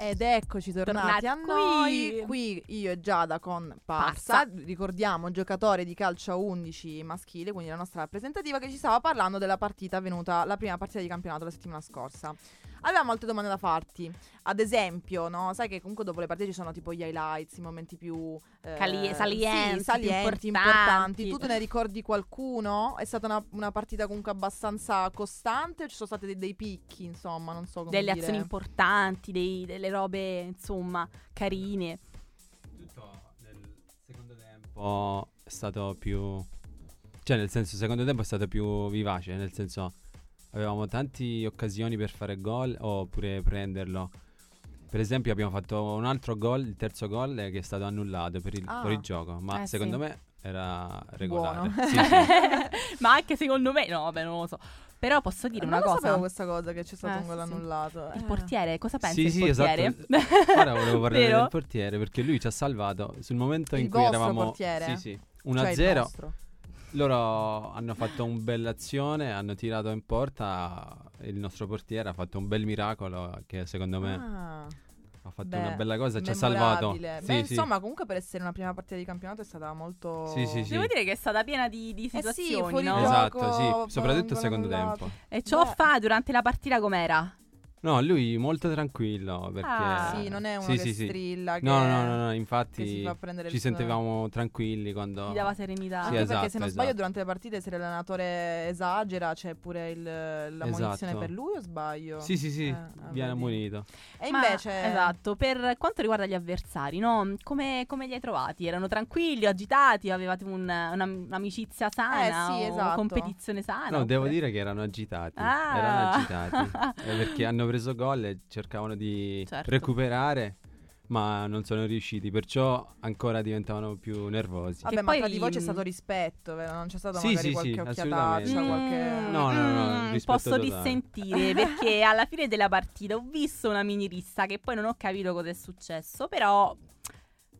[SPEAKER 6] Ed eccoci tornati,
[SPEAKER 5] Tornati
[SPEAKER 6] a noi.
[SPEAKER 5] qui.
[SPEAKER 6] Qui io e Giada con Parsa, ricordiamo giocatore di calcio a 11 maschile, quindi la nostra rappresentativa che ci stava parlando della partita avvenuta la prima partita di campionato la settimana scorsa. Avevamo altre domande da farti. Ad esempio, no, sai che comunque dopo le partite ci sono tipo gli highlights, i momenti più eh,
[SPEAKER 5] Cali- salienti,
[SPEAKER 6] sì, salienti,
[SPEAKER 5] più
[SPEAKER 6] importanti.
[SPEAKER 5] importanti.
[SPEAKER 6] Tu te ne ricordi qualcuno? È stata una, una partita comunque abbastanza costante o ci sono stati dei, dei picchi, insomma, non so come
[SPEAKER 5] Delle
[SPEAKER 6] dire.
[SPEAKER 5] azioni importanti, dei- delle robe, insomma, carine.
[SPEAKER 8] Tutto nel secondo tempo è stato più... Cioè nel senso, il secondo tempo è stato più vivace, nel senso avevamo tante occasioni per fare gol oppure prenderlo. Per esempio abbiamo fatto un altro gol, il terzo gol eh, che è stato annullato per il
[SPEAKER 6] Ah.
[SPEAKER 8] fuorigioco, ma
[SPEAKER 5] Eh,
[SPEAKER 8] secondo
[SPEAKER 5] sì.
[SPEAKER 8] me era regolare.
[SPEAKER 6] Buono.
[SPEAKER 8] Sì, sì.
[SPEAKER 5] Ma anche secondo me, no, vabbè, non lo so. Però posso dire
[SPEAKER 6] non
[SPEAKER 5] una
[SPEAKER 6] lo
[SPEAKER 5] cosa.
[SPEAKER 6] sapevo questa cosa che c'è stato
[SPEAKER 5] Eh,
[SPEAKER 6] un gol
[SPEAKER 5] sì, sì.
[SPEAKER 6] annullato.
[SPEAKER 5] Il
[SPEAKER 6] Eh.
[SPEAKER 5] portiere, cosa pensi
[SPEAKER 8] Sì,
[SPEAKER 5] il
[SPEAKER 8] sì,
[SPEAKER 5] portiere?
[SPEAKER 8] esatto. Ora volevo parlare
[SPEAKER 5] Vero?
[SPEAKER 8] del portiere perché lui ci ha salvato sul momento
[SPEAKER 6] Il
[SPEAKER 8] in cui
[SPEAKER 6] vostro
[SPEAKER 8] eravamo
[SPEAKER 6] portiere?
[SPEAKER 8] Sì, sì.
[SPEAKER 6] Cioè, il
[SPEAKER 8] 1-0.
[SPEAKER 6] nostro.
[SPEAKER 8] Loro hanno fatto un bell'azione, hanno tirato in porta e il nostro portiere ha fatto un bel miracolo che secondo me
[SPEAKER 6] Ah,
[SPEAKER 8] ha fatto
[SPEAKER 6] beh,
[SPEAKER 8] una bella cosa, ci ha salvato.
[SPEAKER 6] memorabile.
[SPEAKER 8] Sì,
[SPEAKER 6] Beh,
[SPEAKER 8] sì.
[SPEAKER 6] insomma, comunque per essere una prima partita di campionato è stata molto
[SPEAKER 8] Sì, sì, sì.
[SPEAKER 5] Devo dire che è stata piena di, di
[SPEAKER 6] Eh sì,
[SPEAKER 5] situazioni,
[SPEAKER 6] fuori
[SPEAKER 5] no?
[SPEAKER 6] gioco.
[SPEAKER 8] Esatto,
[SPEAKER 6] gioco,
[SPEAKER 8] sì, soprattutto
[SPEAKER 6] gol
[SPEAKER 8] il secondo
[SPEAKER 6] annullato.
[SPEAKER 8] tempo.
[SPEAKER 5] E ciò
[SPEAKER 6] Beh.
[SPEAKER 5] fa durante la partita com'era?
[SPEAKER 8] No, lui molto tranquillo perché...
[SPEAKER 5] Ah.
[SPEAKER 6] Sì, non è uno
[SPEAKER 8] Sì,
[SPEAKER 6] che
[SPEAKER 8] sì, sì.
[SPEAKER 6] strilla. Che...
[SPEAKER 8] No, no, no, no,
[SPEAKER 6] che si
[SPEAKER 8] infatti
[SPEAKER 6] fa prendere
[SPEAKER 8] ci
[SPEAKER 6] il sole.
[SPEAKER 8] sentivamo tranquilli quando...
[SPEAKER 5] Gli dava serenità.
[SPEAKER 8] Sì,
[SPEAKER 6] Anche
[SPEAKER 8] esatto,
[SPEAKER 6] perché se non sbaglio
[SPEAKER 8] esatto.
[SPEAKER 6] durante le partite se l'allenatore esagera c'è pure il, la munizione
[SPEAKER 8] Esatto.
[SPEAKER 6] per lui o sbaglio?
[SPEAKER 8] Sì, sì, sì,
[SPEAKER 6] Eh, ah,
[SPEAKER 8] viene
[SPEAKER 6] vedi.
[SPEAKER 8] ammonito.
[SPEAKER 6] E
[SPEAKER 5] Ma-
[SPEAKER 6] invece...
[SPEAKER 5] esatto, per quanto riguarda gli avversari, no? come, come li hai trovati? Erano tranquilli, agitati? Avevate un- una- un'amicizia sana?
[SPEAKER 6] Eh, sì,
[SPEAKER 5] o
[SPEAKER 6] esatto.
[SPEAKER 5] competizione sana?
[SPEAKER 8] No, devo
[SPEAKER 5] oppure-
[SPEAKER 8] dire che erano agitati.
[SPEAKER 5] Ah.
[SPEAKER 8] Erano agitati. Eh, perché hanno preso gol e cercavano di
[SPEAKER 5] Certo.
[SPEAKER 8] recuperare, ma non sono riusciti. Perciò ancora diventavano più nervosi.
[SPEAKER 5] Ah,
[SPEAKER 6] Vabbè,
[SPEAKER 5] Che
[SPEAKER 6] ma
[SPEAKER 5] poi-
[SPEAKER 6] tra di voi c'è stato rispetto, vero? Non c'è stata
[SPEAKER 8] Sì,
[SPEAKER 6] magari
[SPEAKER 8] sì,
[SPEAKER 6] qualche
[SPEAKER 8] sì, assolutamente.
[SPEAKER 6] occhiataccia, qualche...
[SPEAKER 5] Mm,
[SPEAKER 8] No, no, no,
[SPEAKER 5] mm,
[SPEAKER 8] rispetto
[SPEAKER 5] posso
[SPEAKER 8] totale.
[SPEAKER 5] dissentire perché alla fine della partita ho visto una mini rissa che poi non ho capito cosa è successo, però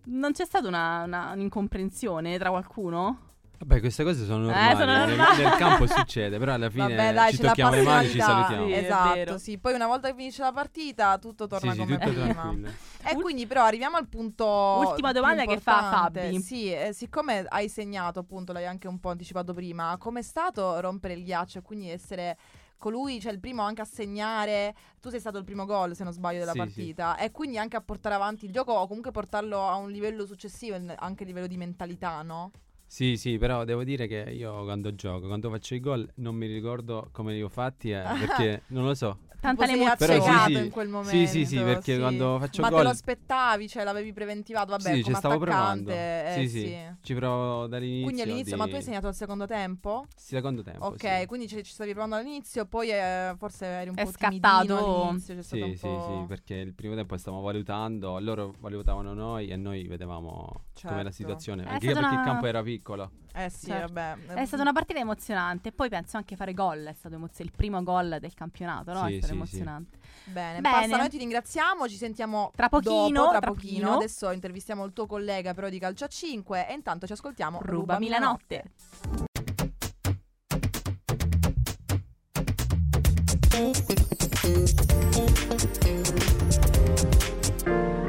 [SPEAKER 5] non c'è stata una, una- un'incomprensione tra qualcuno?
[SPEAKER 8] Vabbè, queste cose sono normali.
[SPEAKER 5] sono
[SPEAKER 8] nel-
[SPEAKER 5] normali.
[SPEAKER 8] Nel campo succede, però alla fine
[SPEAKER 6] Eh, Vabbè, dai,
[SPEAKER 8] ci
[SPEAKER 6] c'è la
[SPEAKER 8] tocchiamo le mani e ci
[SPEAKER 6] passionalità.
[SPEAKER 8] salutiamo.
[SPEAKER 5] Sì, è vero.
[SPEAKER 6] esatto, sì. Poi una volta che finisce la partita tutto torna
[SPEAKER 8] sì, sì,
[SPEAKER 6] come
[SPEAKER 8] tutto
[SPEAKER 6] prima.
[SPEAKER 8] tranquillo.
[SPEAKER 6] E
[SPEAKER 5] Ul-
[SPEAKER 6] quindi però arriviamo al punto
[SPEAKER 5] Ultima
[SPEAKER 6] più
[SPEAKER 5] domanda che fa
[SPEAKER 6] importante.
[SPEAKER 5] Fabi.
[SPEAKER 6] Sì, eh, siccome hai segnato appunto, l'hai anche un po' anticipato prima, com'è stato rompere il ghiaccio e quindi essere colui, cioè il primo anche a segnare, tu sei stato il primo gol se non sbaglio della
[SPEAKER 8] Sì,
[SPEAKER 6] partita e quindi anche a portare avanti il gioco o comunque portarlo a un livello successivo, in- anche a livello di mentalità, no?
[SPEAKER 8] Sì, sì, però devo dire che io quando gioco, quando faccio i gol, non mi ricordo come li ho fatti eh, perché non lo so.
[SPEAKER 5] Tanta le
[SPEAKER 6] Tipo, sei
[SPEAKER 8] Però sì,
[SPEAKER 5] emozioni.
[SPEAKER 6] azzecato
[SPEAKER 8] sì.
[SPEAKER 6] in quel momento.
[SPEAKER 8] Sì, sì, sì, perché
[SPEAKER 6] sì.
[SPEAKER 8] quando faccio
[SPEAKER 6] Ma te
[SPEAKER 8] gol
[SPEAKER 6] lo aspettavi, cioè l'avevi preventivato, vabbè,
[SPEAKER 8] sì, ci
[SPEAKER 6] come
[SPEAKER 8] stavo provando.
[SPEAKER 6] attaccante, eh,
[SPEAKER 8] sì, sì, Ci provo dall'inizio.
[SPEAKER 6] Quindi all'inizio, ma tu hai
[SPEAKER 8] di-
[SPEAKER 6] segnato al secondo tempo?
[SPEAKER 8] Secondo tempo.
[SPEAKER 6] Ok,
[SPEAKER 8] sì.
[SPEAKER 6] quindi ci, ci stavi provando all'inizio, poi eh, forse eri un
[SPEAKER 5] È
[SPEAKER 6] po'
[SPEAKER 5] scattato.
[SPEAKER 6] timidino all'inizio, c'è stato
[SPEAKER 8] Sì,
[SPEAKER 6] un
[SPEAKER 8] sì,
[SPEAKER 6] po'...
[SPEAKER 8] sì, perché il primo tempo stavamo valutando, loro valutavano noi e noi vedevamo com'era
[SPEAKER 6] Certo.
[SPEAKER 8] la situazione.
[SPEAKER 5] È
[SPEAKER 8] Anche
[SPEAKER 5] stata
[SPEAKER 8] perché il
[SPEAKER 5] una-
[SPEAKER 8] campo era piccolo.
[SPEAKER 6] Eh sì,
[SPEAKER 5] Certo.
[SPEAKER 6] vabbè.
[SPEAKER 5] È stata una partita emozionante. Poi penso anche fare gol. È stato emozio- il primo gol del campionato, no?
[SPEAKER 8] Sì,
[SPEAKER 5] è stato
[SPEAKER 8] sì,
[SPEAKER 5] emozionante. Bene.
[SPEAKER 6] Bene, basta, noi ti ringraziamo, ci sentiamo
[SPEAKER 5] Tra pochino,
[SPEAKER 6] dopo, tra,
[SPEAKER 5] tra
[SPEAKER 6] pochino.
[SPEAKER 5] pochino.
[SPEAKER 6] Adesso intervistiamo il tuo collega però di calcio a 5 e intanto ci ascoltiamo
[SPEAKER 5] Rubami la notte.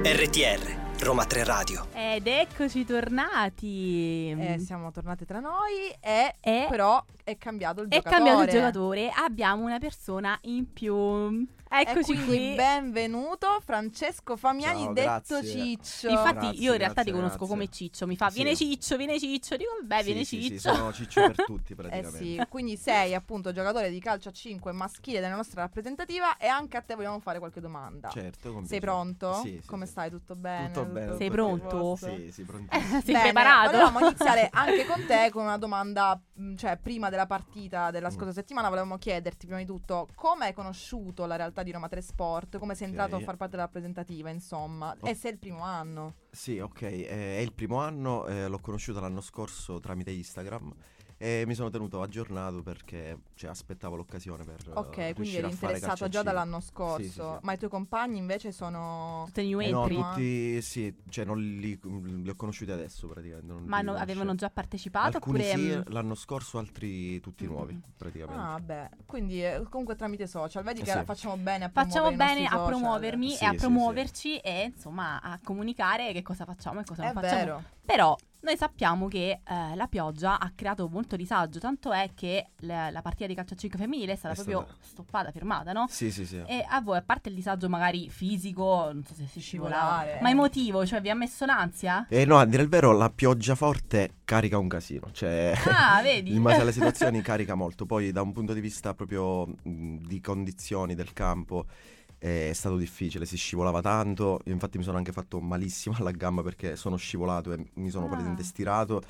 [SPEAKER 7] RTR Roma 3 Radio.
[SPEAKER 5] Ed eccoci tornati.
[SPEAKER 6] Eh, siamo tornate tra noi e,
[SPEAKER 5] Mm. E-
[SPEAKER 6] però è cambiato il
[SPEAKER 5] È
[SPEAKER 6] giocatore.
[SPEAKER 5] cambiato il giocatore, abbiamo una persona in più. Eccoci
[SPEAKER 6] e Ecco, quindi
[SPEAKER 5] qui.
[SPEAKER 6] benvenuto Francesco Famiani,
[SPEAKER 9] Ciao,
[SPEAKER 6] detto
[SPEAKER 9] grazie.
[SPEAKER 6] Ciccio.
[SPEAKER 5] Infatti,
[SPEAKER 9] Grazie,
[SPEAKER 5] io in realtà ti
[SPEAKER 9] grazie,
[SPEAKER 5] conosco
[SPEAKER 9] grazie.
[SPEAKER 5] come Ciccio. Mi fa
[SPEAKER 9] Sì.
[SPEAKER 5] viene Ciccio, viene Ciccio. Dico, beh, viene
[SPEAKER 9] sì,
[SPEAKER 5] Ciccio.
[SPEAKER 9] Sì, sono ciccio per tutti
[SPEAKER 6] Eh
[SPEAKER 9] praticamente.
[SPEAKER 6] sì, quindi sei appunto giocatore di calcio a 5 maschile della nostra rappresentativa e anche a te vogliamo fare qualche domanda.
[SPEAKER 9] Certo, con piacere.
[SPEAKER 6] Sei pronto?
[SPEAKER 9] Sì, sì,
[SPEAKER 6] Come
[SPEAKER 9] sì.
[SPEAKER 6] stai? Tutto Eh. bene?
[SPEAKER 9] Tutto bene.
[SPEAKER 5] Sei
[SPEAKER 9] tutto a
[SPEAKER 5] pronto?
[SPEAKER 9] posto? Sì, sì, prontissimo.
[SPEAKER 5] Sei
[SPEAKER 6] Bene,
[SPEAKER 5] preparato?
[SPEAKER 6] Volevamo iniziare anche con te con una domanda, mh, cioè prima della partita
[SPEAKER 9] Mm.
[SPEAKER 6] della scorsa settimana volevamo chiederti prima di tutto come hai conosciuto la realtà di Roma 3 Sport, come sei
[SPEAKER 9] Ok.
[SPEAKER 6] entrato a far parte della rappresentativa insomma
[SPEAKER 9] Oh.
[SPEAKER 6] e se è il primo anno.
[SPEAKER 9] Sì, ok, eh, è il primo anno, eh, l'ho conosciuto l'anno scorso tramite Instagram e mi sono tenuto aggiornato perché cioè, aspettavo l'occasione per eh,
[SPEAKER 6] Ok, quindi
[SPEAKER 9] riuscire
[SPEAKER 6] eri
[SPEAKER 9] a fare calcio
[SPEAKER 6] interessato
[SPEAKER 9] a
[SPEAKER 6] già
[SPEAKER 9] cinque.
[SPEAKER 6] dall'anno scorso,
[SPEAKER 9] Sì, sì, sì.
[SPEAKER 6] ma i tuoi compagni invece sono...
[SPEAKER 5] Tutte new
[SPEAKER 9] Eh, No,
[SPEAKER 5] entry.
[SPEAKER 6] primo
[SPEAKER 9] tutti, sì, cioè non li, li ho conosciuti adesso praticamente.
[SPEAKER 5] Ma
[SPEAKER 9] non li
[SPEAKER 5] no-
[SPEAKER 9] conoscevo.
[SPEAKER 5] avevano già partecipato?
[SPEAKER 9] Alcuni
[SPEAKER 5] oppure
[SPEAKER 9] sì,
[SPEAKER 5] mm,
[SPEAKER 9] l'anno scorso altri tutti nuovi praticamente.
[SPEAKER 6] Mm. Ah, beh, quindi eh, comunque tramite social, vedi
[SPEAKER 9] Eh
[SPEAKER 6] che
[SPEAKER 9] sì.
[SPEAKER 6] facciamo bene a
[SPEAKER 5] facciamo
[SPEAKER 6] promuovere i
[SPEAKER 5] bene
[SPEAKER 6] nostri
[SPEAKER 5] a
[SPEAKER 6] social.
[SPEAKER 5] promuovermi
[SPEAKER 9] Sì,
[SPEAKER 5] e a
[SPEAKER 9] sì, sì.
[SPEAKER 5] promuoverci e insomma a comunicare che cosa facciamo e cosa
[SPEAKER 6] È
[SPEAKER 5] non facciamo.
[SPEAKER 6] vero.
[SPEAKER 5] Però noi sappiamo che eh, la pioggia ha creato molto disagio, tanto è che la, la partita di calcio a 5 femminile è stata
[SPEAKER 9] È
[SPEAKER 5] proprio
[SPEAKER 9] stata-
[SPEAKER 5] stoppata, fermata, no?
[SPEAKER 9] Sì, sì, sì.
[SPEAKER 5] E a voi, a parte il disagio magari fisico, non so se si scivolava,
[SPEAKER 6] Scivolare.
[SPEAKER 5] ma emotivo, cioè vi ha messo l'ansia?
[SPEAKER 9] Eh no, a dire il vero, la pioggia forte carica un casino, cioè
[SPEAKER 5] Ah, vedi?
[SPEAKER 9] in base alle situazioni carica molto, poi da un punto di vista proprio mh, di condizioni del campo eh, è stato difficile, si scivolava tanto, Io infatti mi sono anche fatto malissimo alla gamba perché sono scivolato e mi sono
[SPEAKER 5] Ah.
[SPEAKER 9] praticamente stirato,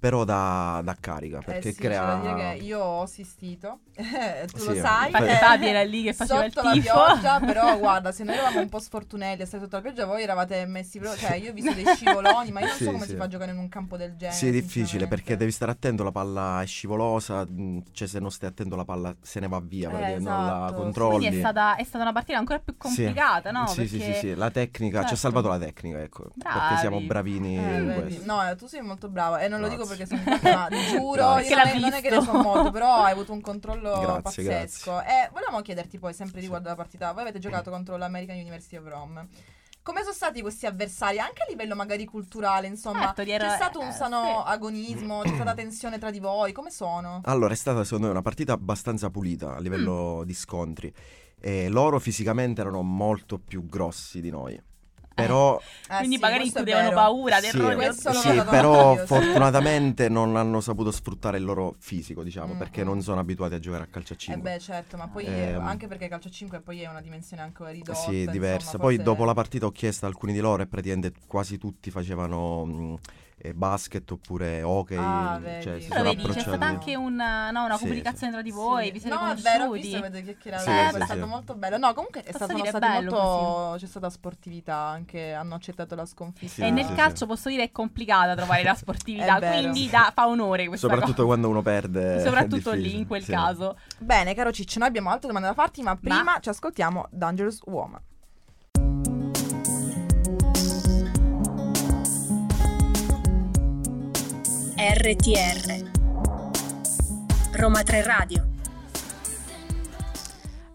[SPEAKER 9] però da, da carica perché
[SPEAKER 6] eh sì,
[SPEAKER 9] crea...
[SPEAKER 6] c'è da dire che io ho assistito, tu lo
[SPEAKER 9] Sì,
[SPEAKER 6] sai.
[SPEAKER 9] infatti
[SPEAKER 6] eh,
[SPEAKER 5] Fabi era lì che faceva il
[SPEAKER 6] Sotto la
[SPEAKER 5] tifo.
[SPEAKER 6] pioggia, però guarda, se noi eravamo un po' sfortunelli a stare sotto la pioggia, voi eravate messi proprio. Cioè, io ho visto dei scivoloni, ma io non
[SPEAKER 9] Sì,
[SPEAKER 6] so come
[SPEAKER 9] sì.
[SPEAKER 6] si fa a giocare in un campo del genere.
[SPEAKER 9] Sì, è difficile
[SPEAKER 6] sinceramente.
[SPEAKER 9] perché devi stare attento, la palla è scivolosa, mh, cioè se non stai attento la palla se ne va via,
[SPEAKER 6] Eh,
[SPEAKER 9] praticamente non
[SPEAKER 6] esatto.
[SPEAKER 9] la
[SPEAKER 5] Quindi
[SPEAKER 9] controlli.
[SPEAKER 5] è stata, è stata una partita ancora più
[SPEAKER 9] Sì.
[SPEAKER 5] complicata, no?
[SPEAKER 9] Sì, sì, sì,
[SPEAKER 5] Perché-
[SPEAKER 9] sì, la tecnica, ci
[SPEAKER 5] Certo.
[SPEAKER 9] ha salvato la tecnica, ecco,
[SPEAKER 5] Bravi.
[SPEAKER 9] perché siamo bravini
[SPEAKER 6] Eh,
[SPEAKER 9] in
[SPEAKER 6] vedi.
[SPEAKER 9] questo.
[SPEAKER 6] No, eh, tu sei molto brava e non lo dico perché
[SPEAKER 9] Grazie.
[SPEAKER 6] sono brava, giuro,
[SPEAKER 9] Grazie.
[SPEAKER 6] io non,
[SPEAKER 5] Perché
[SPEAKER 6] è,
[SPEAKER 5] l'ha
[SPEAKER 6] non è che
[SPEAKER 5] visto.
[SPEAKER 6] ne so molto, però hai avuto un controllo
[SPEAKER 9] Grazie, Mm.
[SPEAKER 6] pazzesco. E volevamo chiederti poi sempre riguardo alla partita, voi avete giocato contro l'American University of Rome. Come sono stati questi avversari anche a livello magari culturale, insomma?
[SPEAKER 5] Certo, gli era-
[SPEAKER 6] C'è stato
[SPEAKER 5] eh,
[SPEAKER 6] un sano
[SPEAKER 5] sì.
[SPEAKER 6] agonismo, c'è stata tensione tra di voi, come sono? Mm.
[SPEAKER 9] Allora, è stata secondo me una partita abbastanza pulita a livello di scontri. E loro fisicamente erano molto più grossi di
[SPEAKER 6] Eh.
[SPEAKER 9] noi. Però,
[SPEAKER 5] Quindi
[SPEAKER 6] Ah, sì,
[SPEAKER 5] magari
[SPEAKER 6] questo è
[SPEAKER 5] includevano
[SPEAKER 6] vero.
[SPEAKER 5] paura del
[SPEAKER 9] sì, eh,
[SPEAKER 5] rodio.
[SPEAKER 6] Questo lo
[SPEAKER 9] sì,
[SPEAKER 6] vedo
[SPEAKER 9] però
[SPEAKER 6] meraviglioso.
[SPEAKER 9] fortunatamente non hanno saputo sfruttare il loro fisico, diciamo,
[SPEAKER 6] Mm,
[SPEAKER 9] perché
[SPEAKER 6] mm.
[SPEAKER 9] non sono abituati a giocare a calcio a
[SPEAKER 6] Eh
[SPEAKER 9] 5.
[SPEAKER 6] beh, certo, ma poi
[SPEAKER 9] Ehm.
[SPEAKER 6] eh, anche perché calcio a 5 poi è una dimensione anche ridotta.
[SPEAKER 9] Sì,
[SPEAKER 6] insomma,
[SPEAKER 9] diversa.
[SPEAKER 6] forse-
[SPEAKER 9] Poi dopo la partita ho chiesto a alcuni di loro e praticamente quasi tutti facevano mh, eh, basket oppure hockey.
[SPEAKER 6] Ah,
[SPEAKER 9] mh,
[SPEAKER 6] vedi.
[SPEAKER 9] cioè, si
[SPEAKER 5] Però
[SPEAKER 9] sono
[SPEAKER 5] vedi, c'è
[SPEAKER 9] approcciati.
[SPEAKER 5] stata anche una, no, una
[SPEAKER 9] Sì,
[SPEAKER 5] comunicazione tra di
[SPEAKER 6] Sì.
[SPEAKER 5] voi, vi siete
[SPEAKER 6] no,
[SPEAKER 5] conosciuti.
[SPEAKER 6] è vero, ho visto, avete chiacchierato, Eh,
[SPEAKER 9] Sì,
[SPEAKER 6] è
[SPEAKER 9] sì,
[SPEAKER 6] stato
[SPEAKER 9] sì.
[SPEAKER 6] molto bello. No, comunque è
[SPEAKER 5] Posso
[SPEAKER 6] stato, sono
[SPEAKER 5] dire, è
[SPEAKER 6] stati
[SPEAKER 5] bello
[SPEAKER 6] molto... c'è stata sportività anche, hanno accettato la
[SPEAKER 9] Sì,
[SPEAKER 6] sconfitta.
[SPEAKER 5] e nel
[SPEAKER 9] sì,
[SPEAKER 5] calcio posso dire è complicata trovare la sportività,
[SPEAKER 6] È vero.
[SPEAKER 5] quindi dà- fa onore questa
[SPEAKER 9] Soprattutto
[SPEAKER 5] cosa.
[SPEAKER 9] quando uno perde. è
[SPEAKER 5] Soprattutto
[SPEAKER 9] difficile,
[SPEAKER 5] lì in quel
[SPEAKER 9] sì.
[SPEAKER 5] caso.
[SPEAKER 6] Bene, caro Ciccio, noi abbiamo altre domande da farti, ma prima ci ascoltiamo Dangerous Woman.
[SPEAKER 1] RTR. Roma 3 Radio.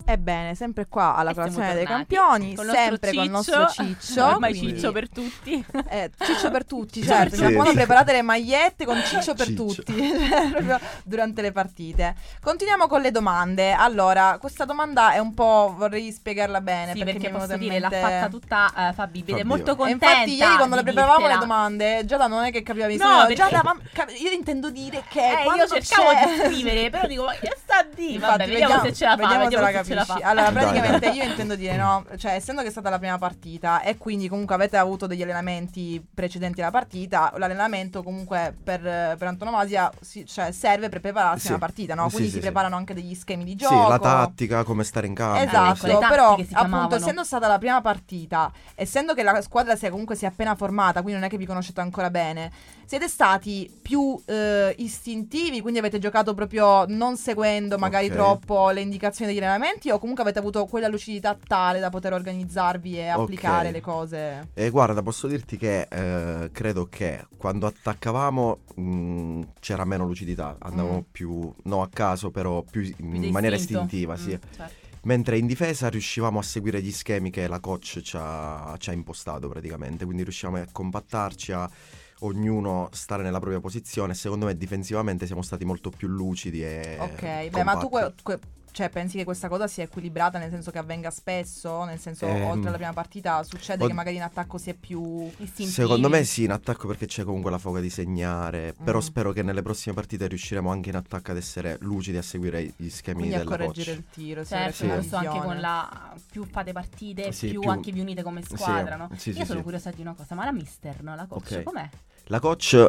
[SPEAKER 6] Ebbene, sempre qua alla
[SPEAKER 5] E siamo
[SPEAKER 6] colazione dei
[SPEAKER 5] tornati
[SPEAKER 6] campioni,
[SPEAKER 5] con il nostro
[SPEAKER 6] sempre con il nostro
[SPEAKER 5] Ciccio.
[SPEAKER 6] Ciccio.
[SPEAKER 5] Ormai
[SPEAKER 6] quindi-
[SPEAKER 5] ciccio per tutti.
[SPEAKER 6] Eh, ciccio per tutti,
[SPEAKER 9] Ciccio
[SPEAKER 6] certo.
[SPEAKER 9] per
[SPEAKER 6] Sì.
[SPEAKER 9] tutti.
[SPEAKER 6] Quando preparate le magliette con ciccio per
[SPEAKER 9] Ciccio.
[SPEAKER 6] tutti cioè, proprio durante le partite. Continuiamo con le domande. Allora, questa domanda è un po' vorrei spiegarla bene
[SPEAKER 5] Sì,
[SPEAKER 6] perché,
[SPEAKER 5] perché,
[SPEAKER 6] mi è venuta
[SPEAKER 5] posso
[SPEAKER 6] in
[SPEAKER 5] dire, l'ha
[SPEAKER 6] mente-
[SPEAKER 5] fatta tutta eh, Fabi, ed è
[SPEAKER 9] Fabio.
[SPEAKER 5] molto
[SPEAKER 6] E
[SPEAKER 5] contenta.
[SPEAKER 6] infatti ieri quando le
[SPEAKER 5] di
[SPEAKER 6] preparavamo le
[SPEAKER 5] dirtela.
[SPEAKER 6] domande Giada non è che capiva
[SPEAKER 5] No,
[SPEAKER 6] benissimo
[SPEAKER 5] perché-
[SPEAKER 6] Giada, ma cap- io intendo dire che
[SPEAKER 5] Eh,
[SPEAKER 6] quando
[SPEAKER 5] io cercavo
[SPEAKER 6] c'è-
[SPEAKER 5] di scrivere, però dico, ma che sta di?
[SPEAKER 6] Infatti,
[SPEAKER 5] Vabbè, vediamo, se ce la fa,
[SPEAKER 6] vediamo se
[SPEAKER 5] vediamo
[SPEAKER 6] la
[SPEAKER 5] se ce la
[SPEAKER 6] capisci.
[SPEAKER 5] fa.
[SPEAKER 6] Allora,
[SPEAKER 9] Dai,
[SPEAKER 6] praticamente
[SPEAKER 9] dai.
[SPEAKER 6] io intendo dire no, cioè essendo che è stata la prima partita e quindi comunque avete avuto degli allenamenti precedenti alla partita, l'allenamento comunque per, per antonomasia si- cioè, serve per prepararsi
[SPEAKER 9] Sì.
[SPEAKER 6] a una partita, no?
[SPEAKER 9] Sì,
[SPEAKER 6] Quindi
[SPEAKER 9] sì,
[SPEAKER 6] si
[SPEAKER 9] sì.
[SPEAKER 6] preparano anche degli schemi di gioco.
[SPEAKER 9] Sì, la tattica, come stare in campo.
[SPEAKER 6] Esatto,
[SPEAKER 5] quelle tattiche
[SPEAKER 6] però
[SPEAKER 5] si chiamavano.
[SPEAKER 6] appunto essendo stata la prima partita, essendo che la squadra sia comunque si è appena formata, quindi non è che vi conoscete ancora bene, siete stati più eh, istintivi, quindi avete giocato proprio non seguendo magari
[SPEAKER 9] Ok.
[SPEAKER 6] troppo le indicazioni degli allenamenti o comunque avete avuto quella lucidità tale da poter organizzarvi e
[SPEAKER 9] Ok.
[SPEAKER 6] applicare le cose.
[SPEAKER 9] E guarda, posso dirti che eh, credo che quando attaccavamo mh, c'era meno lucidità, andavamo
[SPEAKER 6] Mm.
[SPEAKER 9] più, no a caso, però più in
[SPEAKER 5] Più di
[SPEAKER 9] maniera
[SPEAKER 5] istinto.
[SPEAKER 9] istintiva, sì.
[SPEAKER 5] Mm, certo.
[SPEAKER 9] Mentre in difesa riuscivamo a seguire gli schemi che la coach ci ha, ci ha impostato praticamente, quindi riuscivamo a compattarci, a ognuno stare nella propria posizione. Secondo me difensivamente siamo stati molto più lucidi e...
[SPEAKER 6] ok, beh, ma tu que-
[SPEAKER 9] compatti.
[SPEAKER 6] que- cioè, pensi che questa cosa sia equilibrata nel senso che avvenga spesso, nel senso
[SPEAKER 9] Ehm,
[SPEAKER 6] oltre alla prima partita succede
[SPEAKER 9] od-
[SPEAKER 6] che magari in attacco si è più
[SPEAKER 5] Istintivi.
[SPEAKER 9] Secondo me sì, in attacco perché c'è comunque la foga di segnare, però
[SPEAKER 6] Mm.
[SPEAKER 9] spero che nelle prossime partite riusciremo anche in attacco ad essere lucidi a seguire gli schemi
[SPEAKER 6] Quindi a
[SPEAKER 9] della
[SPEAKER 6] correggere
[SPEAKER 9] coach.
[SPEAKER 6] il tiro, sì,
[SPEAKER 5] Certo,
[SPEAKER 9] Sì.
[SPEAKER 5] questo
[SPEAKER 6] questo
[SPEAKER 5] anche con la più fate partite,
[SPEAKER 9] Sì,
[SPEAKER 5] più,
[SPEAKER 9] più-
[SPEAKER 5] anche vi unite come squadra,
[SPEAKER 9] Sì,
[SPEAKER 5] no?
[SPEAKER 9] sì,
[SPEAKER 5] Io
[SPEAKER 9] sì,
[SPEAKER 5] sono
[SPEAKER 9] sì.
[SPEAKER 5] curiosa di una cosa, ma la mister, no? La coach,
[SPEAKER 9] Ok.
[SPEAKER 5] com'è?
[SPEAKER 9] La coach